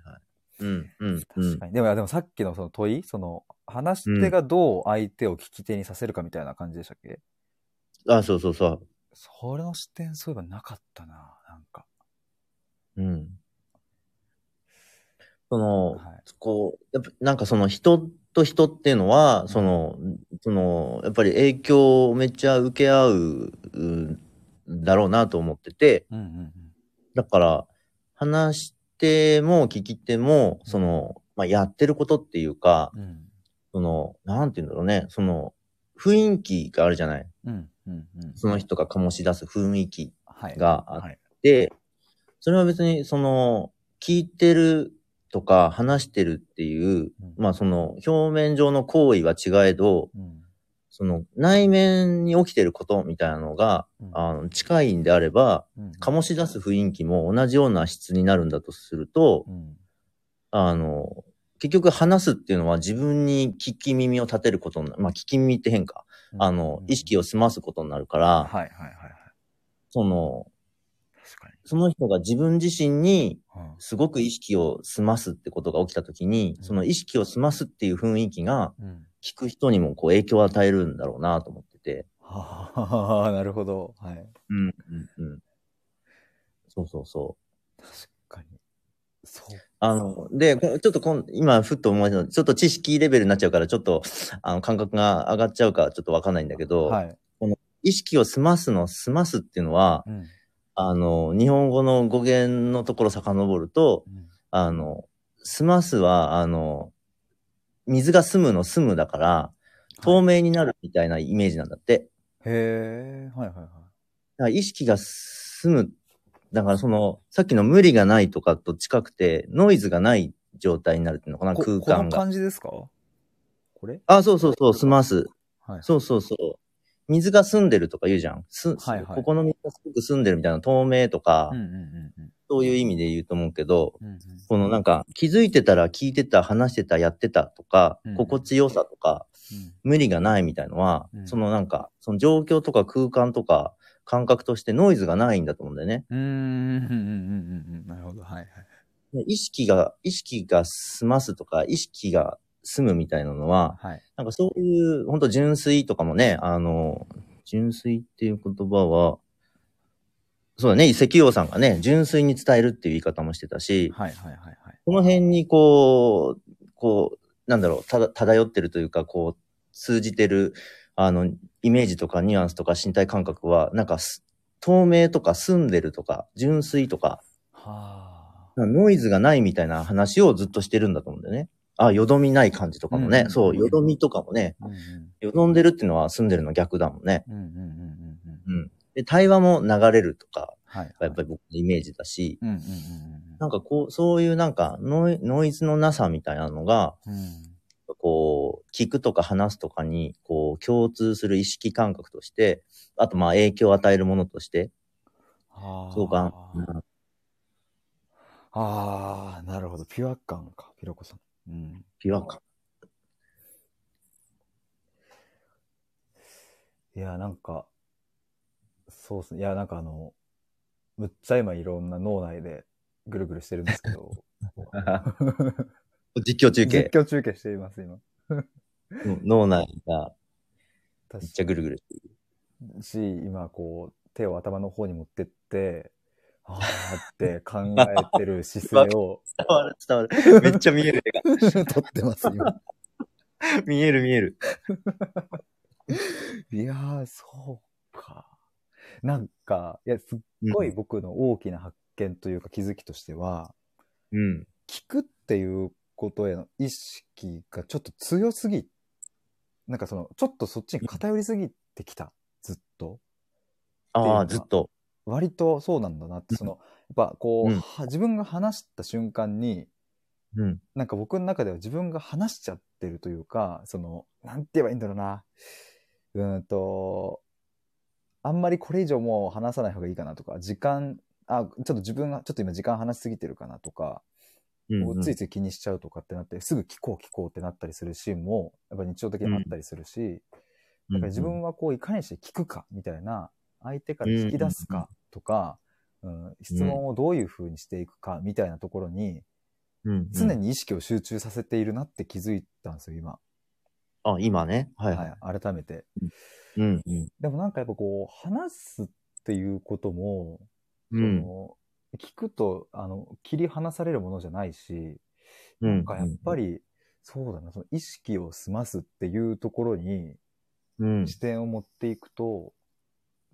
うん、うん、う
確
ん。
かに。でもいや、でもさっきのその問い、その、話し手がどう相手を聞き手にさせるかみたいな感じでしたっけ、
あ、そうそうそ
それの視点、そういえばなかったな、なんか。
う。うん。その、
はい。
こう、やっぱなんかその人と人っていうのは、その、その、やっぱり影響をめっちゃ受け合う、うんだろうなと思ってて、
うんうん
だから、話しても聞き手も、その、まあ、やってることっていうか、
うん。うん。
その、なんて言うんだろうね、その、雰囲気があるじゃない
うんうんうん。
その人が醸し出す雰囲気
はい。
があっ
はい。
で、それは別に、その、聞いてるとか話してるっていう、
うん
まあその、表面上の行為は違えど、
うん。
その、内面に起きてることみたいなのが、
うん
あの、近いんであれば、
うん
醸し出す雰囲気も同じような質になるんだとすると、
うん。
あの、結局話すっていうのは自分に聞き耳を立てることになまあ聞き耳って変か。あの、意識
を。
を済ますことになるか
はい
ら、
はいはいはい。
その、
確か
その人が自分自身に
に。
すごく意識を済ますってことが起きたときに、
うん
その意識を済ますっていう雰囲気が
うん。 うん。
聞く人にもこう影響を与えるんだろうなと思ってて。
はあ、なるほど。はい。
うん、うん、うん。そうそうそう。
確かに。そう。
あの、で、こちょっとこん今、ふっと思い出したちょっと知識レベルになっちゃうから、ちょっと、 あの、感覚が上がっちゃうか、ちょっとわかんないんだけど、
はい。
意識を済ますの、済ますっていうのは、
うん。
あの、日本語の語源のところ遡ると、
うん
あの、済ますは、あの、水が澄むの澄むだから、透明になるみたいなイメージなんだって。
へえ、はいはいはい。
だから意識が済む。だからその、さっきの無理がないとかと近くて、ノイズがない状態になるっていうのかな、
こ
空
こ
間
の
が。
感じですかこれ
あ、そうそうそう、済ます。
はい。
そうそうそう。水が澄んでるとか言うじゃん。す、
はいはい
ここの水がすごく澄んでるみたいな、透明とか、
うんうんうんうん
そういう意味で言うと思うけど、
うんうん。
このなんか、気づいてたら聞いてた、話してた、やってたとか、
うん
心地よさとか、
うん
無理がないみたいのは、
うん
そのなんか、その状況とか空間とか感覚としてノイズがないんだと思うんだよね。
うーんうんうんうんうん。なるほど。はいはい。
で意識が、意識が済ますとか、意識が済むみたいなのは、
はい。
なんかそういう、本当純粋とかもね、あの、純粋っていう言葉は、そうだね、石王さんがね、純粋に伝えるっていう言い方もしてたし、
はいはいはいはい。
この辺にこう、こう、なんだろう、ただ漂ってるというか、こう、通じてる、あの、イメージとかニュアンスとか身体感覚は、なんかす、透明とか澄んでるとか、純粋とか、
はあ。
ノイズがないみたいな話をずっとしてるんだと思うんだよね。あ、よどみない感じとかもね。
うん
そう、よどみとかもね。
うんうん
よどんでるっていうのは澄んでるの逆だもんね。
うんうんうんうんうん。
うん。で、対話も流れるとか、
はいはい。
やっぱり僕のイメージだし、
うんうん
なんかこう、そういうなんかノイ、ノイズのなさみたいなのが、
うんうん。うん
こう、聞くとか話すとかに、こう、共通する意識感覚として、あと、まあ、影響を与えるものとして、
はあ。
そうか。な
ああ、なるほど。ピュア感か、ピロコさん。うん。
違和感。
いや、なんか、そうっすね。いや、なんかあの、むっちゃ今いろんな脳内でぐるぐるしてるんですけ ど。
実況中継
実。況中継しています、今。
うん脳内がめっ
確
ちゃぐるぐる。
かし、今こう、手を頭の方に持ってって、あー って考えてる姿勢 を
伝わる、伝わる。 めっちゃ見える。
撮ってます、今。
見える、見える。
いやー、そうか。なんか、いや、すっ
す
ごい。僕の大きな発見というか気づきとしては、
うん。
聞くっていうことへの意識がちょっと強すぎ、なんかその、ちょっとそっちに偏りすぎてきた、ずっと。
ああ、
って
ず
いう
っ
か
と。
割とそうなんだなって、その、やっぱこう、
うん
は自分が話した瞬間に、
うん。
なんか僕の中では自分が話しちゃってるというか、その、なんて言えばいいんだろうな。うーんと、あんまりこれ以上もう話さない方がいいかなとか、時間、あ、ちょっと自分が、ちょっと今時間話しすぎてるかなとか、
うん
こうついつい気にしちゃうとかってなって、すぐ聞こう聞こうってなったりするシーンも、やっぱ日常的にあったりするし、だから自分はこういかにして聞くかみたいな、相手から聞き出すかとか、うん、質問をどういうふうにしていくかみたいなところに、常。に意識を集中させているなって気づいたんですよ、今。
あ、今ね。はいはい。
はい、改めて。
うん。うん
でもなんかやっぱこう、話すっていうことも、
う
そ
ん。
の聞くと、あの、切り離されるものじゃないし、
う
なんんかやっぱり、そうだな、その意識を済ますっていうところに
うん。
視点を持っていくと、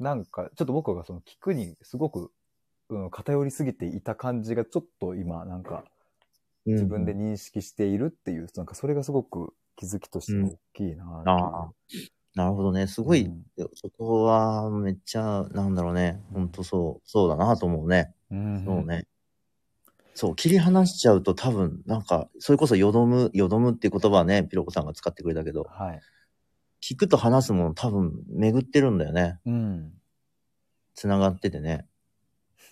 なんか、ちょっと僕がその聞くにすごく、うん、偏りすぎていた感じがちょっと今、なんか、自分で
うん。
認識しているっていう、なんかそれがすごく気づきとして大きいなぁ、
ああ。なるほどね。す
す
ごい、そこはめっちゃ、なんだろうね。ほんとそう、そうだなと思うね。
うん、
そうね。そう、切り離しちゃうと多分、なんか、それこそよどむ、よどむっていう言葉はね、ピロコさんが使ってくれたけど、
はい。
聞くと話すもの多分巡ってるんだよね。
うん。
繋がっててね。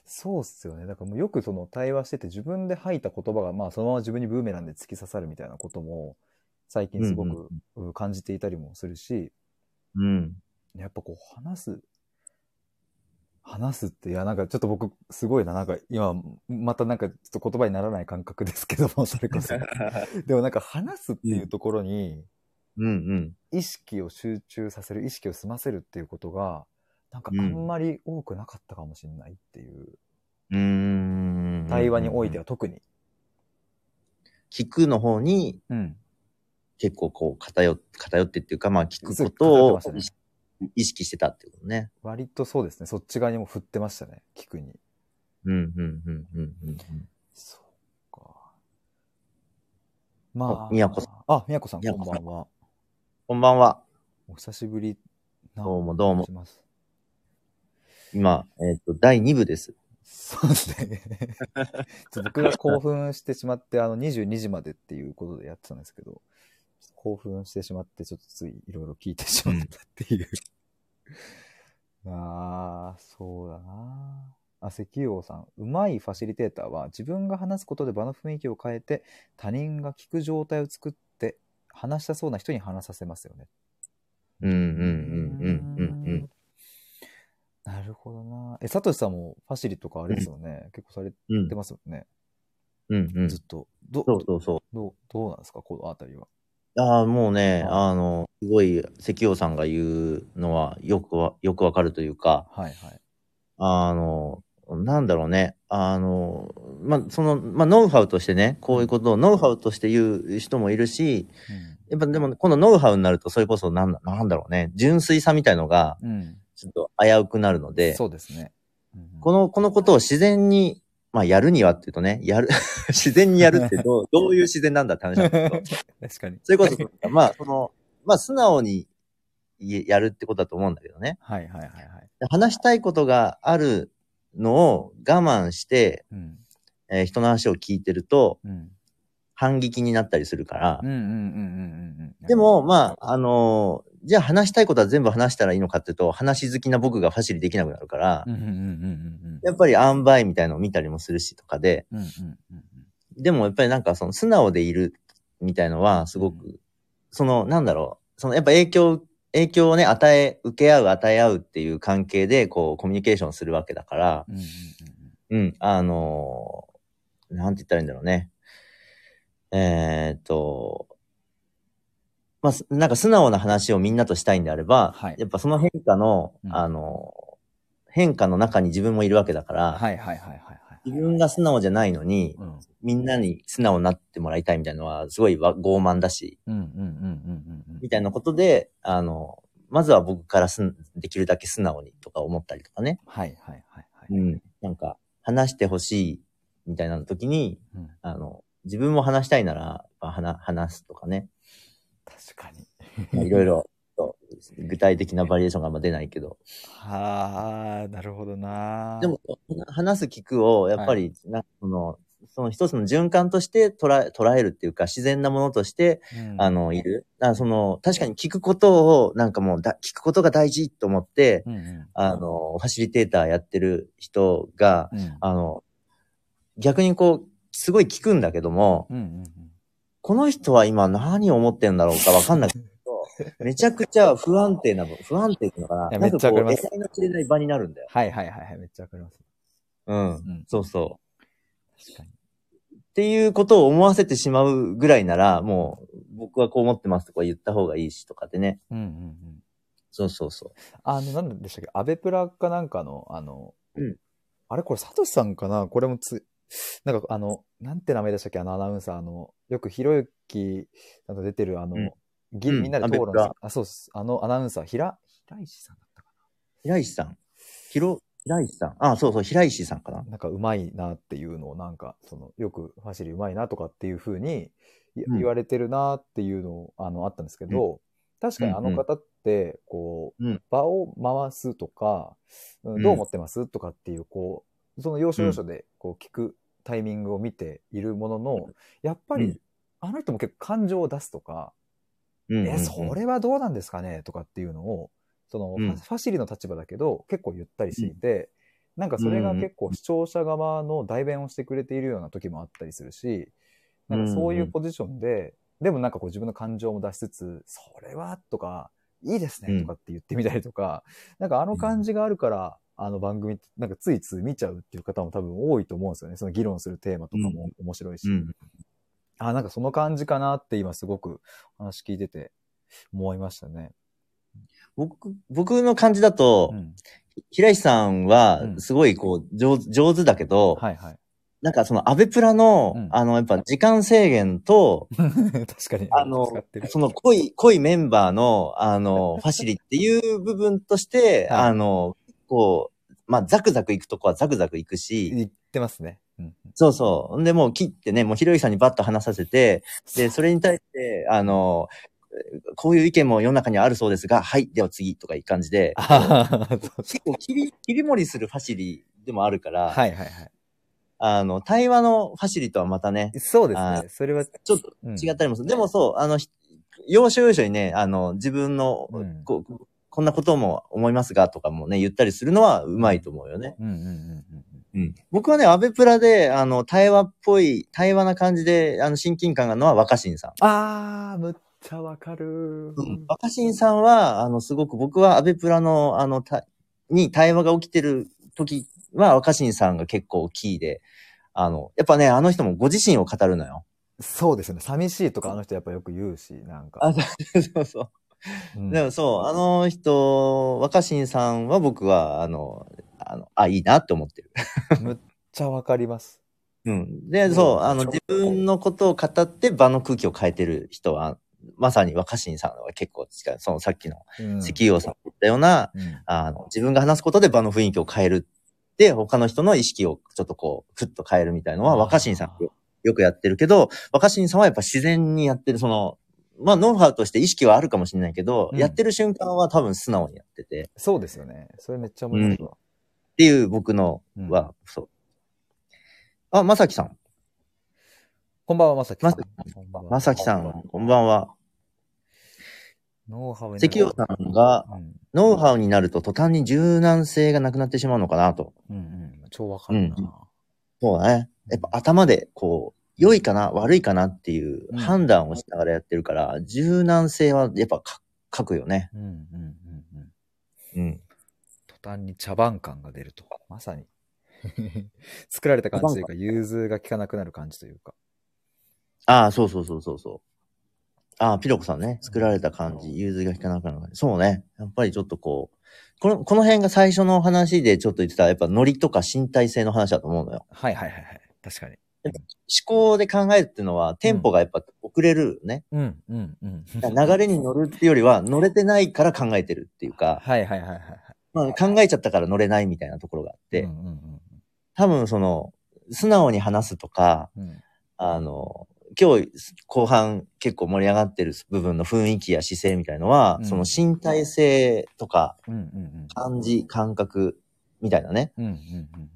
そうっすよね。だからもうよくその対話してて自分で吐いた言葉が、まあそのまま自分にブーメランで突き刺さるみたいなことも、最近すごくうん感じていたりもするし、
うん。
やっぱこう話す、話すって、いやなんかちょっと僕すごいな、なんか今、またなんかちょっと言葉にならない感覚ですけども、それこそ。 でもなんか話すっていうところに、
うんうん。
意識を集中させる意識を済ませるっていうことがなんかあ
うん
んまり多くなかったかもしれないっていう、
うーん。
対話においては。特に、
聞くの方に
うん、
結構こう偏、偏ってっていうか、まあ聞くこ
そう
と
偏っ
を
てまし
意識してたってことね。
割とそうですねそっち側にも振ってましたね聞くに
うんうんうんうんうん
そうかまあ
あ宮子さ
んあ宮子さん
宮
こ
子
ん
さん
ばんは
こんばんは。
お久しぶりな
どうもどうも
します
今、えっ、と、第2部です。
そうですね ちょっと僕が興奮してしまってあの22時までっていうことでやってたんですけど興奮してしまってちょっとついいろいろ聞いてしまったっていう、 ああ、そうだな。あ、石油王さん。うまいファシリテーターは自分が話すことで場の雰囲気を変えて他人が聞く状態を作って話したそうな人に話させますよね。
うんうん
う
うんうんうんうん。
なるほどな。え、サトシさんもファシリとかあれですよね。結構され
うん
てますよね。
うんうん。
ず
そ
っと。ど、
うそうそう。
どう、どうなんですかこのあたりは。
ああ、もうね、
は
あの、すごい、関王さんが言うのは、よくわ、よくわかるというか、
はいはい。
あの、なんだろうね、あの、まあ、その、まあ、ノウハウとしてね、こういうことをノウハウとして言う人もいるし、やっぱでも、このノウハウになると、それこそ、なんだ、なんだろうね、純粋さみたいのが、
うん。うん。
ちょっと危うくなるので、
そうですね。うんうん
この、このことを自然に、まあ、やるにはっていうとね、やる、 自然にやるって どう、どういう自然なんだって話なんですけど、
確かに。
それこそ、まあ、その、まあ、素直にややるってことだと思うんだけどね。
はいはいはいはい。
話したいことがあるのを我慢して、
うん。
えー人の話を聞いてると、
うん。
反撃になったりするから
うん、うんうんうんうんうん。
でも、まあ、あのーじゃあ話したいことは全部話したらいいのかっていうと、話好きな僕がファシリできなくなるから、
うんうんうんうん
やっぱり塩梅みたいのを見たりもするしとかで、
うんうんうんうん
でもやっぱりなんかその素直でいるみたいのはすご
う
く、そのなんだろう、そのやっぱ影響、影響をね、与え、受け合う、与え合うっていう関係でこうコミュニケーションするわけだから、
うんうんうん
うん、あのーなんて言ったらいいんだろうね。えーっと、まあ、すなんか素直な話をみんなとしたいんであれば、
はい
やっぱその変化の、
うん
あのー変化の中に自分もいるわけだから、
はいはいはいはいはい。
自分が素直じゃないのに、
うんうん
みんなに素直になってもらいたいみたいなのは、すごいわ傲慢だし、
うんうんうんうんうん
みたいなことで、あの、まずは僕からすん、できるだけ素直にとか思ったりとかね。
はいはいはいはい。
うん。なんか、話してほしいみたいな時に、
うん
あの、自分も話したいなら、やっぱ話話すとかね。
確かに。
まあいろいろ、具体的なバリエーションがあんま出ないけど。
はあ、なるほどな。
でも、話す聞くを、やっぱり、なんかその、その一つの循環として捉え、捉えるっていうか、自然なものとして、
うん、
あの、いる。だからその、確かに聞くことを、なんかもうだ、聞くことが大事と思って、
うんうん、
あの、ファシリテーターやってる人が、
うん、
あの、逆にこう、すごい聞くんだけども、
うんうん
この人は今何を思ってんだろうかわかんなく て、めちゃくちゃ不安定なの、不安定っていうのかな。
いや
なん
めっちゃわかり
こう
ま
得
す
体の知れない場になるんだよ。
はいはいはいはい、めっちゃわかります。
う
う
ん。
ん、
そうそう。
確かに。
っていうことを思わせてしまうぐらいなら、もう、僕はこう思ってますとか言った方がいいしとかでね。
うんうんうん。
そうそうそ
あの、なんでしたっけ、アベプラかなんかの、あの、
うん
あれこれ、サトシさんかなこれもつ、なんかあの、なんて名前でしたっけ、あのアナウンサー、あの、よくひろゆきさんと出てる、あの、
うん
ぎ
うん
みんなで討論
ア
す
ベ
る、あ、そうです。あのアナウンサー、ひら、平石さんだったか
う。平石さん。ひろ、平石さん。あそうそう、平石さんかな。
な。なんか、うまいなっていうのを、なんか、その、よくファシリうまいなとかっていうふうにい
うん
言われてるなっていうのを、あの、あったんですけど、確かにあの方って、こう、
うん
場を回すとか、うん
うん
どう思ってます、とかっていう、こう、その要所要所で、こう、聞くタイミングを見ているものの、やっぱり、
うん
あの人も結構感情を出すとか、
うんうんうん
え、それはどうなんですかねとかっていうのを、その、
うん
ファファシリの立場だけど、結構言ったりしていて、なんかそれが
うん
結構視聴者側の代弁をしてくれているような時もあったりするし、なんかそういうポジションで、でもなんかこう自分の感情も出しつつ、それはとか、いいです
う
ね
ん
とかって言ってみたりとか、なんかあの感じがあるから、あの番組ってなんかついつい見ちゃうっていう方も多分多いと思うんですよね。その議論するテーマとかも面白いし。
うん。
あ、なんかその感じかなって今すごく話聞いてて思いましたね。
僕、僕の感じだと、
うん、
平石さんは
う、ん
すごいこう、上手上手だけど、
はい はい。
なんかそのアベプラの、
うん
あの、やっぱ時間制限と、
確かに。
あの
使ってる、
その濃い、濃いメンバーの、あ の、ファシリっていう部分として、
はい
あの、こう、まあ、ザクザク行くとこはザクザク行くし、
言ってますね。うん、
そうそう。んで、もう切ってね、もうひろゆきさんにバッと話させて、で、それに対して、あの、こういう意見も世の中にはあるそうですが、はい、では次とかいう感じで、
あーそう
結構切り、切り盛りするファシリでもあるから、
はいはいは
あの、対話のファシリとはまたね、
い。そうです
あ
ね。それは、
ちょっと違ったりもする。でもそう、あの、ひ要所要所にね、あの、自分の、
うん
こうこんなことも思いますが、とかもね、言ったりするのはうまいと思うよね。
うん。うんうんうん
うん。僕はね、アベプラで、あの、対話っぽい、対話な感じで、あの、親近感があるのは若新さん。
うん。あー、むっちゃわかる。
若新さんは、あの、すごく僕はアベプラの、あの、たに対話が起きてる時は、若新さんが結構キーで、あの、やっぱね、あの人もご自身を語るのよ。
そうですね。寂しいとかあの人やっぱよく言うし、なんか。
あ、 そうそう。
うん
でもそう、あの人、若新さんは僕は、あの、あの、あ、いいなって思ってる。
むっちゃわかります。
うん。で、そう、あの、自分のことを語って場の空気を変えてる人は、まさに若新さんは結構近い。そのさっきの
うん
石油王さんが言ったような、
うん
あの、自分が話すことで場の雰囲気を変える。で、他の人の意識をちょっとこう、ふっと変えるみたいのは若新さんよよくやってるけど、若新さんはやっぱ自然にやってる、その、まあ、ノウハウとして意識はあるかもしれないけど、
うん
やってる瞬間は多分素直にやってて、
そうですよね。それめっちゃ思いますわ。
っていう僕の
うん
は、そう。あ、まさきさん。
こんばんは、まさきさん
まさ。
こんばんは
まさきさん、こんばんは。
ノウハウに
関陽さんが、
うん
ノウハウになると途端に柔軟性がなくなってしまうのかなと。
うんうん。超わかるな。
うんそうだね。やっぱ頭で、こう、良いかな、悪いかなっていう
うん
判断をしながらやってるから、柔軟性はやっぱか書くよね。
うんうんうんうん。
うん。
途端に茶番感が出ると。まさに。 作られた感じというか、融通が効かなくなる感じというか。
ああ、そうそうそうそうそう。ああ、ピロコさんね。作られた感じ、融通が効かなくなる感じ。そうね。やっぱりちょっとこう、この、この辺が最初の話でちょっと言ってた、やっぱノリとか身体性の話だと思うのよ。
はいはいはいはい。確かに。
思考で考えるっていうのは、テンポがやっぱ遅れるね。
うんうんうん。
だから流れに乗るっていうよりは、乗れてないから考えてるっていうか、
はいはいはいはいはい。
まあ、考えちゃったから乗れないみたいなところがあって、
うんうん
多分その、素直に話すとか、
うんうん。
あの、今日後半結構盛り上がってる部分の雰囲気や姿勢みたいのは、
うん
その身体性とか
うんうん
感じ、感覚みたいなね。
うん。うんうんうん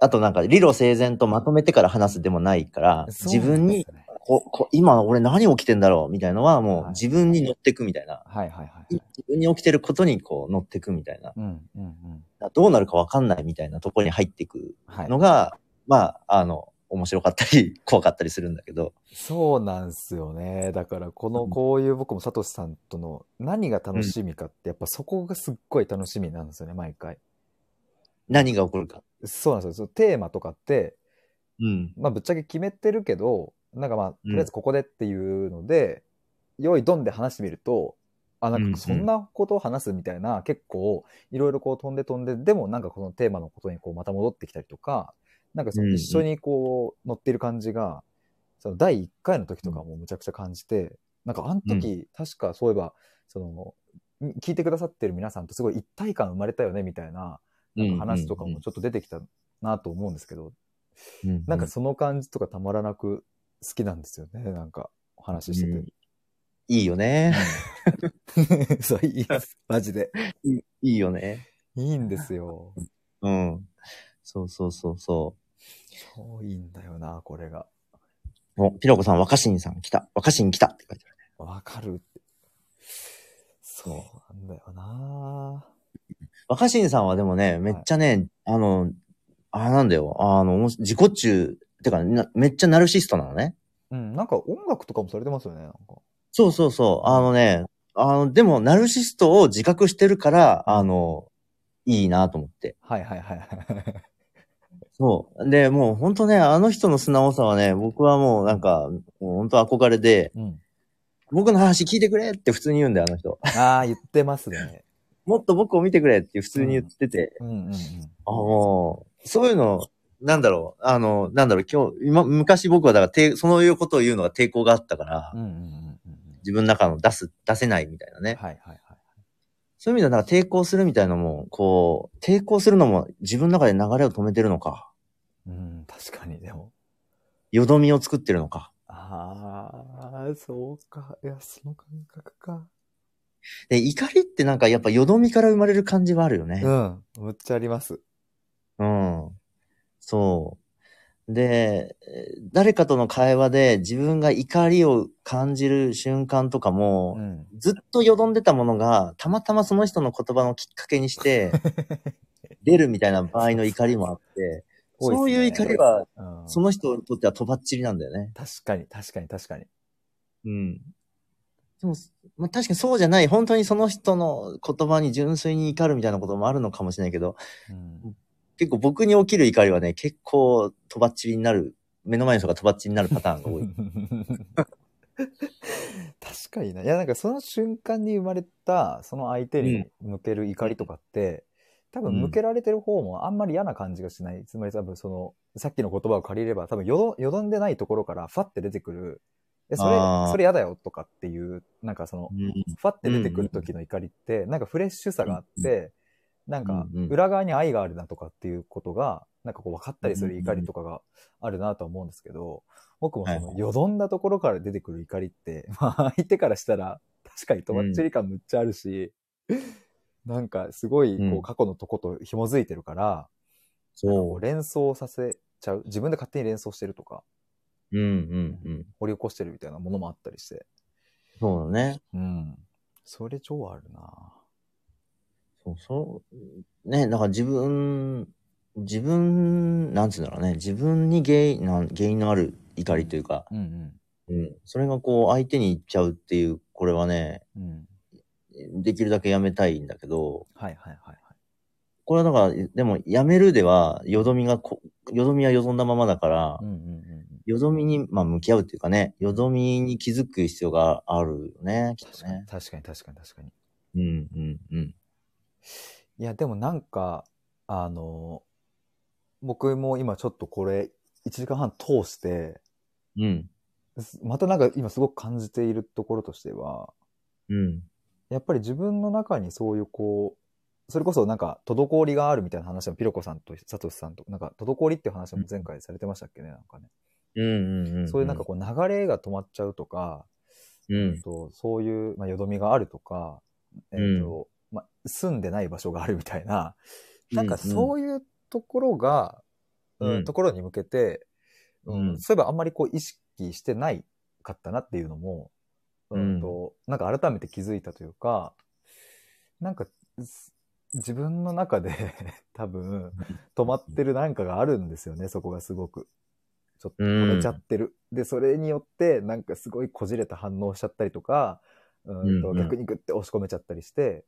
あとなんか理路整然とまとめてから話すでもないから
う、ん。
自分に
そうなんですね
ここ今俺何起きてんだろうみたいのはもう
はい
自分に乗ってくみたいな。
はいはいはい。
自分に起きてることにこう乗ってくみたいな。
うんうんうん。
どうなるかわかんないみたいなところに入っていく
はい
の。が、まあ、あの、面白かったり、 怖かったりするんだけど。
そうなんですよね。だから、こ
う
の、
ん
こういう僕もサトシさんとの何が楽しみかって、やっぱそこがすっごい楽しみなんですよね、毎回。
何が起こるか。
そうなんですよその。テーマとかって、
うん。
まあ、ぶっちゃけ決めてるけど、なんかまあ、と
うん
りあえずここでっていうので、用意ドンで話してみると、あ、なんかそんなことを話すみたいな、結構、いろいろこう飛んで飛んで、でもなんかこのテーマのことにこうまた戻ってきたりとか、なんかそ
うんう
の
ん
一緒にこう乗ってる感じが、その第1回の時とかもむちゃくちゃ感じて、なんかあの時、確かそういえば、その、聞いてくださってる皆さんとすごい一体感生まれたよねみたいななんか話とかもちょっと出てきたなと思うんですけど、
うん、う
なんかその感じとかたまらなく好きなんですよね。なんかお話しして
うんいいよね。
て。 そう、いいです。マジで。
いいよね。
いいんですよ。
うん。そうそうそうそ
そういいんだよな、これが。
う。お、ピロコさん、若新さん来た。若新来たって書いてある。
わかるって。そうなんだよな。
若新さんはでもね、めっちゃね、あの、あれなんだよ。あの、自己中、てかな、めっちゃナルシストなのね。
うん、なんか音楽とかもされてますよね、なんか。
そうそうそう。あのね、あの、でも、ナルシストを自覚してるから、あの、いいなと思って。
はいはいはいはい。
そう。で、もう本当ね、あの人の素直さはね、僕はもうなんか、もう本当憧れで、
うん。
僕の話聞いてくれって普通に言うんだよ、あの人。
ああ、言ってますね。
もっと僕を見てくれって普通に言ってて、
うんうんうん。
あもう、そういうの、なんだろう、あの、なんだろう、今日、今、昔僕はだからて、そういうことを言うのが抵抗があったから、
うんうんうんうん
自分の中の出す、出せないみたいな
うん。
ね。
はいはいはい。
そういう意味では、なんか抵抗するみたいなのも、こう、抵抗するのも自分の中で流れを止めてるのか、
うん、確かに、でも。
よどみを作ってるのか。
ああ、そうか。いや、その感覚か。
で、怒りってなんかやっぱよどみから生まれる感じはあるよね。
うん、むっちゃあります。
うん。そう。で、えー誰かとの会話で自分が怒りを感じる瞬間とかも、
ん。
ずっとよどんでたものが、たまたまその人の言葉のきっかけに して、出るみたいな場合の怒りもあって、そういう怒りは、
うん、
その人にとってはとばっちりなんだよね。
確かに、確かに、確かに。
うん。でも、まあ、確かにそうじゃない、本当にその人の言葉に純粋に怒るみたいなこともあるのかもしれないけど、
うん、
結構僕に起きる怒りはね、結構とばっちりになる、目の前の人がとばっちりになるパターン が多い。
確かにな。いや、なんかその瞬間に生まれた、その相手に向ける怒りとかって、多分向けられてる方もあんまり嫌な感じがしない。つまり多分その、さっきの言葉を借りれば、多分よどよどんでないところからファって出てくる、え、それ
あー、
それ嫌だよとかっていう、なんかその、
うん
ファって出てくる時の怒りって、なんかフレッシュさがあって、なんか
うんうん
裏側に愛があるなとかっていうことが、なんかこう分かったりする怒りとかがあるなとは思うんですけど、僕もそ
は
のよどんだところから出てくる怒りって、 まあ相手からしたら確かにとばっちり感むっちゃあるし、なんかすごいこ
うん
う過去のとこと紐づいてるから、こ
そう
連想させちゃう。自分で勝手に連想してるとか、
う。うんうんうん。
掘り起こしてるみたいなものもあったりして。
そうだね。
うん。それ超あるな
そうそう。ね、だから自分、自分、なんつうんだろうね。自分に原因、なん原因のある怒りというか、
うんうん。
うん。それがこう相手に行っちゃうっていう、これはね、
うん。
できるだけやめたいんだけど、
はいはいはいはい。
これはだから、でもやめるでは、よどみがこ、よどみはよどんだままだから、
うんうんうん
よどみに、まあ、向き合うっていうかね、よどみに気づく必要があるよね、きっ
確
と
かに
ね。
確かに確かに確かに。
うん、うん、うん。
いや、でもなんか、あの、僕も今ちょっとこれ、1時間半通して、
うん、
すまたなんか今すごく感じているところとしては、
うん、
やっぱり自分の中にそういうこう、それこそなんか滞りがあるみたいな話もピロコさんとサトシさんと、なんか滞りっていう話も前回されてましたっけね、なんかね。
うんうんうん。
そういうなんかこう流れが止まっちゃうとか、
う。うん。
とそういう、まあ、よどみがあるとか、えっ、と、まあ、住んでない場所があるみたいな、なんかそういうところが、
う
うんんところに向けて、うん
うん
そういえばあんまりこう意識してないかったなっていうのも、うんとなんか改めて気づいたというか、なんかす自分の中で 多分止まってるなんかがあるんですよね、そこがすごく。ちょっと止めちゃってる。で、それによってなんかすごいこじれた反応しちゃったりとか、うんと
うんうん
逆にグッて押し込めちゃったりして、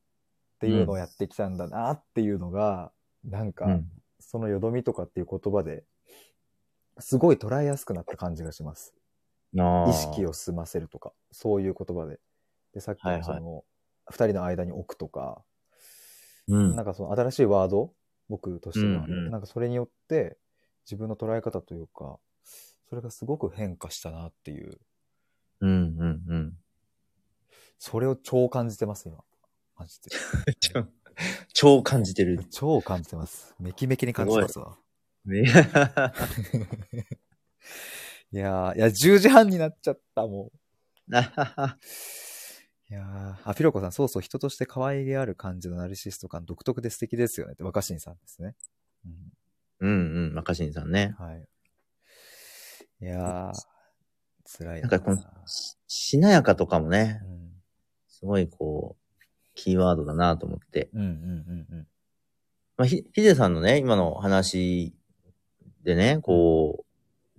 っていうのをやってきたんだなっていうのが、なんか、
うん
そのよどみとかっていう言葉で、すごい捉えやすくなった感じがします。
あー
意識を済ませるとか、そういう言葉で。で、さっき
はいは
の
い
その、二人の間に置くとか、
うん
なんかその新しいワード、僕としては、
うんうん
なんかそれによって、自分の捉え方というか、それがすごく変化したなっていう、
うんうんうん。
それを超感じてます、今。マジ で。
超超感じ てる。
超感じてます。めきめきに感じてますわ。
いや
いやー、いや、10時半になっちゃった、もう。いやー、あ、ピロコさん、そうそう、人として可愛げある感じのナルシスト感、独特で素敵ですよねって、若新さんですね。
うんうん、若新さんね。
うん、はい。いやー、辛い
なんかこのししなやかとかもね
う、ん、
すごいこう、キーワードだなと思って。
うん、うん、うん、
まあ、ひ、ひでさんのね、今の話でね、こ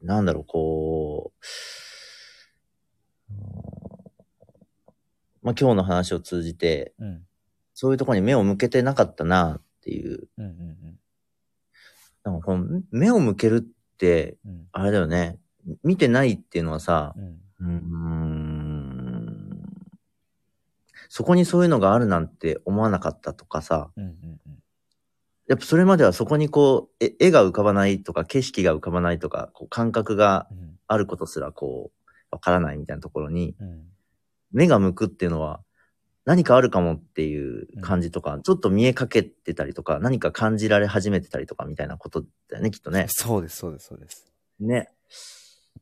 う、なんだろう、こう、うんまあ、今日の話を通じて、
うん、うん、
そういうところに目を向けてなかったなっていう。
うん、うん、
なんかこの目を向けるって、
うん、うん
あれだよね。見てないっていうのはさ、
うん、
うーん、そこにそういうのがあるなんて思わなかったとかさ、
うん、うん、うん、
やっぱそれまではそこにこう、え絵が浮かばないとか、景色が浮かばないとか、こう感覚が
うん、
あることすらこう、わからないみたいなところに、
うん、
目が向くっていうのは、何かあるかもっていう感じとか、ちょっと見えかけてたりとか、何か感じられ始めてたりとかみたいなことだよね、きっとね。
そうです、そうです、そうです。
ね。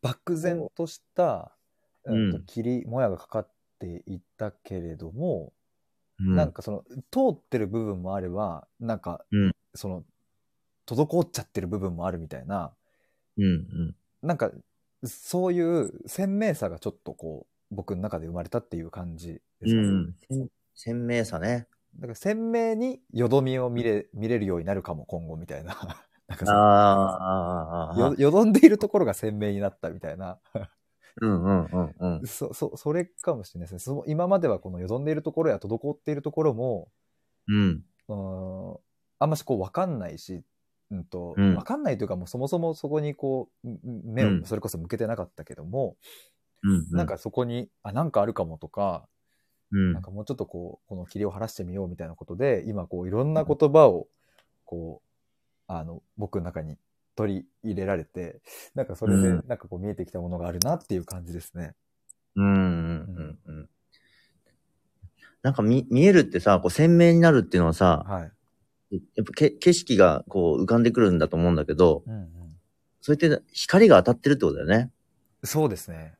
漠然とした、
うん
うんと、霧、もやがかかっていたけれども、
うん
なんかその通ってる部分もあればなんか、
うん
その滞っちゃってる部分もあるみたいな
うんうん。
なんかそういう鮮明さがちょっとこう僕の中で生まれたっていう感じで
う
すかね、
ん。鮮鮮明さね。
だから鮮明によどみを見れ見れるようになるかも今後みたいななんか
あー
そ
あー、あーあ
よ
ー、
よどんでいるところが鮮明になったみたいな
うんうんうんうん。
そそそれかもしれないですねその今まではこのよどんでいるところや滞っているところも
うん。
うーんあんましこう分かんないし、うんと
うん
分かんないというかもうそもそもそこにこううん目
う
を
ん
それこそ向けてなかったけども、
うん。
なん、かそこにあなんかあるかもとか、
うん。
なんかもうちょっとこうこの霧を晴らしてみようみたいなことで今こういろんな言葉をこうあの僕の中に取り入れられてなんかそれでな
う
ん
ん
かこう見えてきたものがあるなっていう感じですね。
うんうんうんうん。なんか見、見えるってさ、こう鮮明になるっていうのはさ、
はい。
やっぱけ景色がこう浮かんでくるんだと思うんだけど、
うんうん、
それって光が当たってるってことだよね。
そうですね。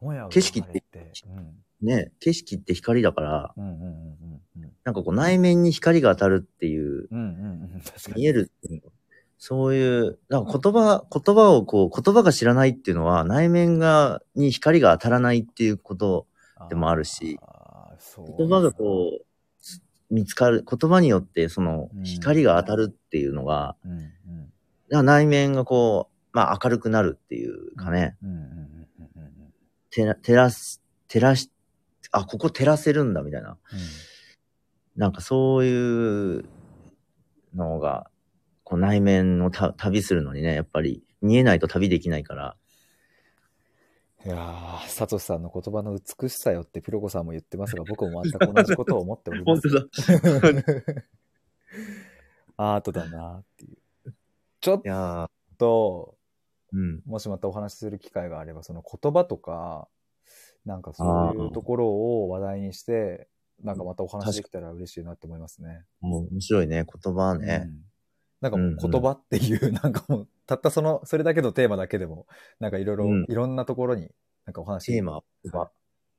もやが
景色って
生まれてうん
ね、景色って光だから、
うんうんうんうんうん
なんかこう内面に光が当たるっていう、
うんうんうん確かに。
見えるっていうのそういう、なんか言葉、言葉をこう、言葉が知らないっていうのは、内面が、に光が当たらないっていうこと、でもあるし
あー、
言葉がこう、見つかる、言葉によってその
うん
光が当たるっていうのが、
う。うんうん
だから内面がこう、まあ明るくなるっていうかね、
うんうんうんうんうん
てら照らす、照らし、あ、ここ照らせるんだみたいな。なんかそういうのが、こう内面をた旅するのにね、やっぱり見えないと旅できないから。
うん。いやー、サトシさんの言葉の美しさよってピロコさんも言ってますが、僕も全く同じことを思っており ます。
だ。
アートだなっていう。ちょっ
いやー
と、
うん。
もしまたお話しする機会があれば、その言葉とか、なんかそういうところを話題にして、なんかまたお話できたら嬉しいなって思いますね。
もう面白いね、言葉ね。
うんなんかもう言葉っていう、 なんかもう、たったその、それだけのテーマだけでも、なんかいろいろ
うん、
いろんなところに、なんかお話、
テーマは、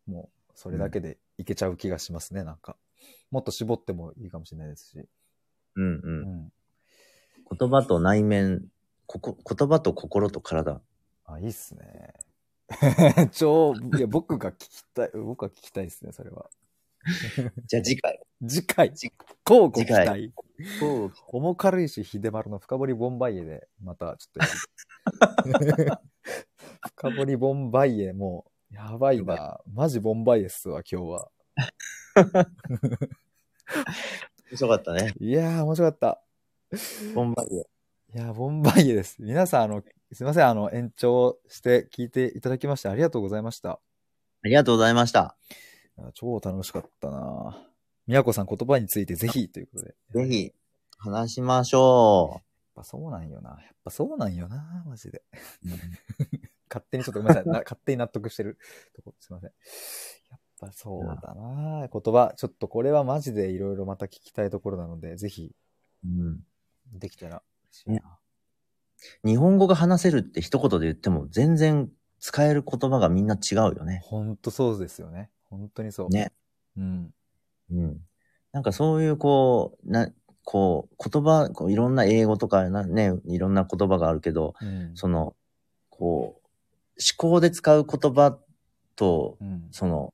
もう、それだけでいけちゃう気がしますね、なんか。もっと絞ってもいいかもしれないですし。
うんう。
うんん。
言葉と内面、ここ、言葉と心と体。
あ、いいっすね。 超、いや、僕が聞きたい、僕が聞きたいですね、それは。
じゃあ次回。
次回、
次
乞うご期
次回
待。
そう。
おもかるいし、秀丸の深掘りボンバイエで、また、ちょっとやる。 深掘りボンバイエ、もう、やばい
や
な。マジボンバイエっすわ、今日は。
面白かったね。
いやー、面白かった。
ボンバイエ。
いやー、ボンバイエです。皆さん、あの、すいません、あの、延長して聞いていただきまして、ありがとうございました。
ありがとうございました。
いや超楽しかったなみやこさん、言葉についてぜひ、ということで。
ぜひ、話しましょ
やっぱそうなんよな。やっぱそうなんよな、マジで。
う。
勝手にちょっとごめんなさい。な勝手に納得してるとこ、すいません。やっぱそうだな言葉。ちょっとこれはマジでいろいろまた聞きたいところなので、ぜひ
うん、
できたら嬉しいな。
ね日本語が話せるって一言で言っても、全然使える言葉がみんな違うよね。
ほんとそうですよね。本当にそう。
ね。
うん。
うん。なんかそういう、こう、な、こう、言葉、こういろんな英語とかな、ね、いろんな言葉があるけど、
うん。
その、こう、思考で使う言葉と
う、ん。
その、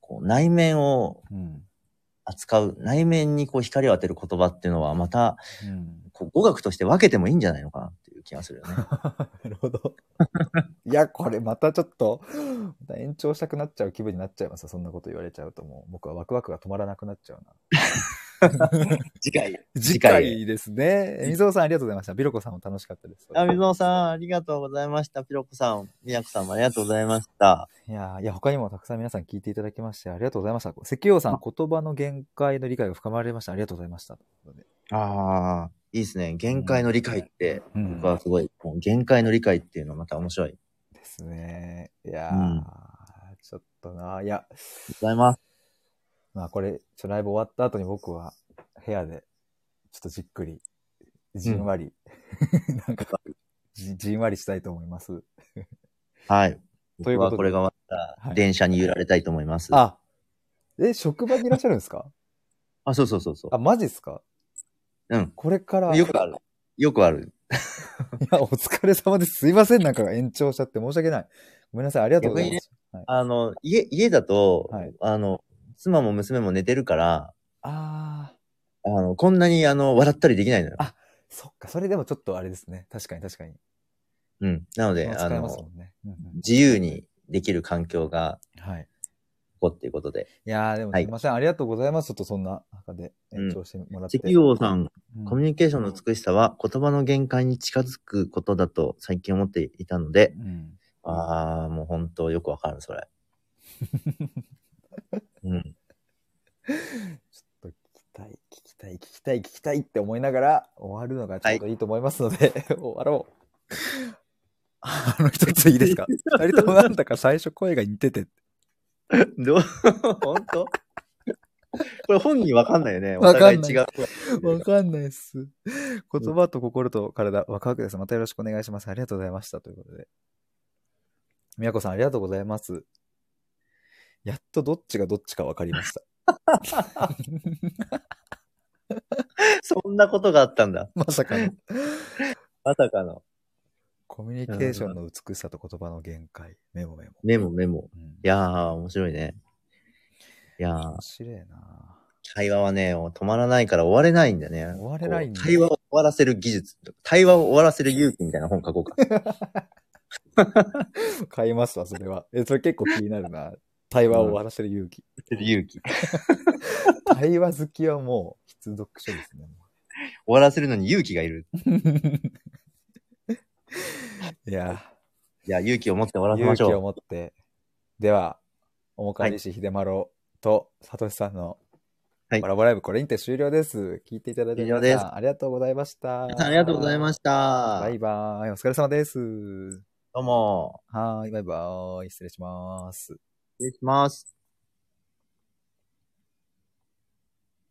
こう内面を
うん。
扱う、内面にこう光を当てる言葉っていうのは、また、
うん。
こう語学として分けてもいいんじゃないのかなっていう気がするよね。
なるほど。 いや、これまたちょっと、また延長したくなっちゃう気分になっちゃいますよそんなこと言われちゃうともう、僕はワクワクが止まらなくなっちゃうな。
次回。
次
次回
回ですね。えみぞうさんありがとうございました。ビロコさんも楽しかったです。
あ、水野さん、ありがとうございました。ピロコさん、みやこさんもありがとうございました。
いやーいや、他にもたくさん皆さん聞いていただきまして、ありがとうございました。石王さん、言葉の限界の理解が深まりました。ありがとうございました。
ああ、いいですね。限界の理解って、
うん
僕はすごい、もう限界の理解っていうのはまた面白い。あり
ですね。いやー、
うん
ちょっとな、いや、
がとうございます。
まあこれ、ちょライブ終わった後に僕は部屋で、ちょっとじっくり、じんわり、 なんかじ、じんわりしたいと思います。
はい。
という
僕
ことで
はこれが終わったら、電車に揺られたいと思います。あ、
あ、え、職場にいらっしゃるんですか
あそうそうそうそ
あ、マジっすか
うん
これから、
う。よくある。よくある。
いや、お疲れ様です。すいません。なんか延長しちゃって申し訳ない。ごめんなさい。ありがとうございます。はい、
あの、家、家だと、
はい
あの、妻も娘も寝てるから、
あ
あの、こんなに、あの、笑ったりできないのよ。
あー、そっか。それでもちょっとあれですね。確かに確かに。
うん。なので、
使
あ
え
の
ます、もんね。うんうん
自由にできる環境が、
はい。
ここっていうことで。
いやー、でもす
はい
いません。ありがとうございます。ちょっとそんな中で
うん
延長してもらって。
石王さん、
うん
コミュニケーションの美しさは言葉の限界に近づくことだと最近思っていたので、
うん
ああ、もう本当よくわかる、それ。うん。
ちょっと聞きたい、聞きたい、聞きたい、聞きたいって思いながら終わるのがちょっといいと思いますので、 終わろう。あの、一ついいですか二人ともなんだか最初声が似てて。
どう、 本当これ本人わかんないよね。
わ
お
か
互い
んない
違う。
わかんないっす。 言葉と心と体、ワクワクです。またよろしくお願いします。ありがとうございました。ということで。みやこさん、ありがとうございます。やっとどっちがどっちか分かりま した。
そんなことがあったんだ。
まさか の。
まさかの。
コミュニケーションの美しさと言葉の限界。メモメモ。
メモメモ。
うん、
いやー、面白いね。いやー
面、白いな
会話はね、止まらないから終われないんだよね。
終われないんだ
こう対話を終わらせる技術。対話を終わらせる勇気みたいな本書こうか。
買いますわ、それ は。え、それ結構気になるな。対話を終わらせる勇気。
勇気。終
対話好きはもう必読書ですね。
わらせるのに勇気がいる。
いや
いや、勇気を持って終わらせ
勇
まし
気を
ょう。
持って。では、おもかりし秀丸とさとしさんの
はい
コラボライブ、これにて終了です。聞いていただいて皆さん
終了です
ありがとうございました。
皆さんありがとうございま
し
した。
バイバーイ。お疲れ様です。
どうも。
はーい、バイバーイ。失礼します。
失礼します。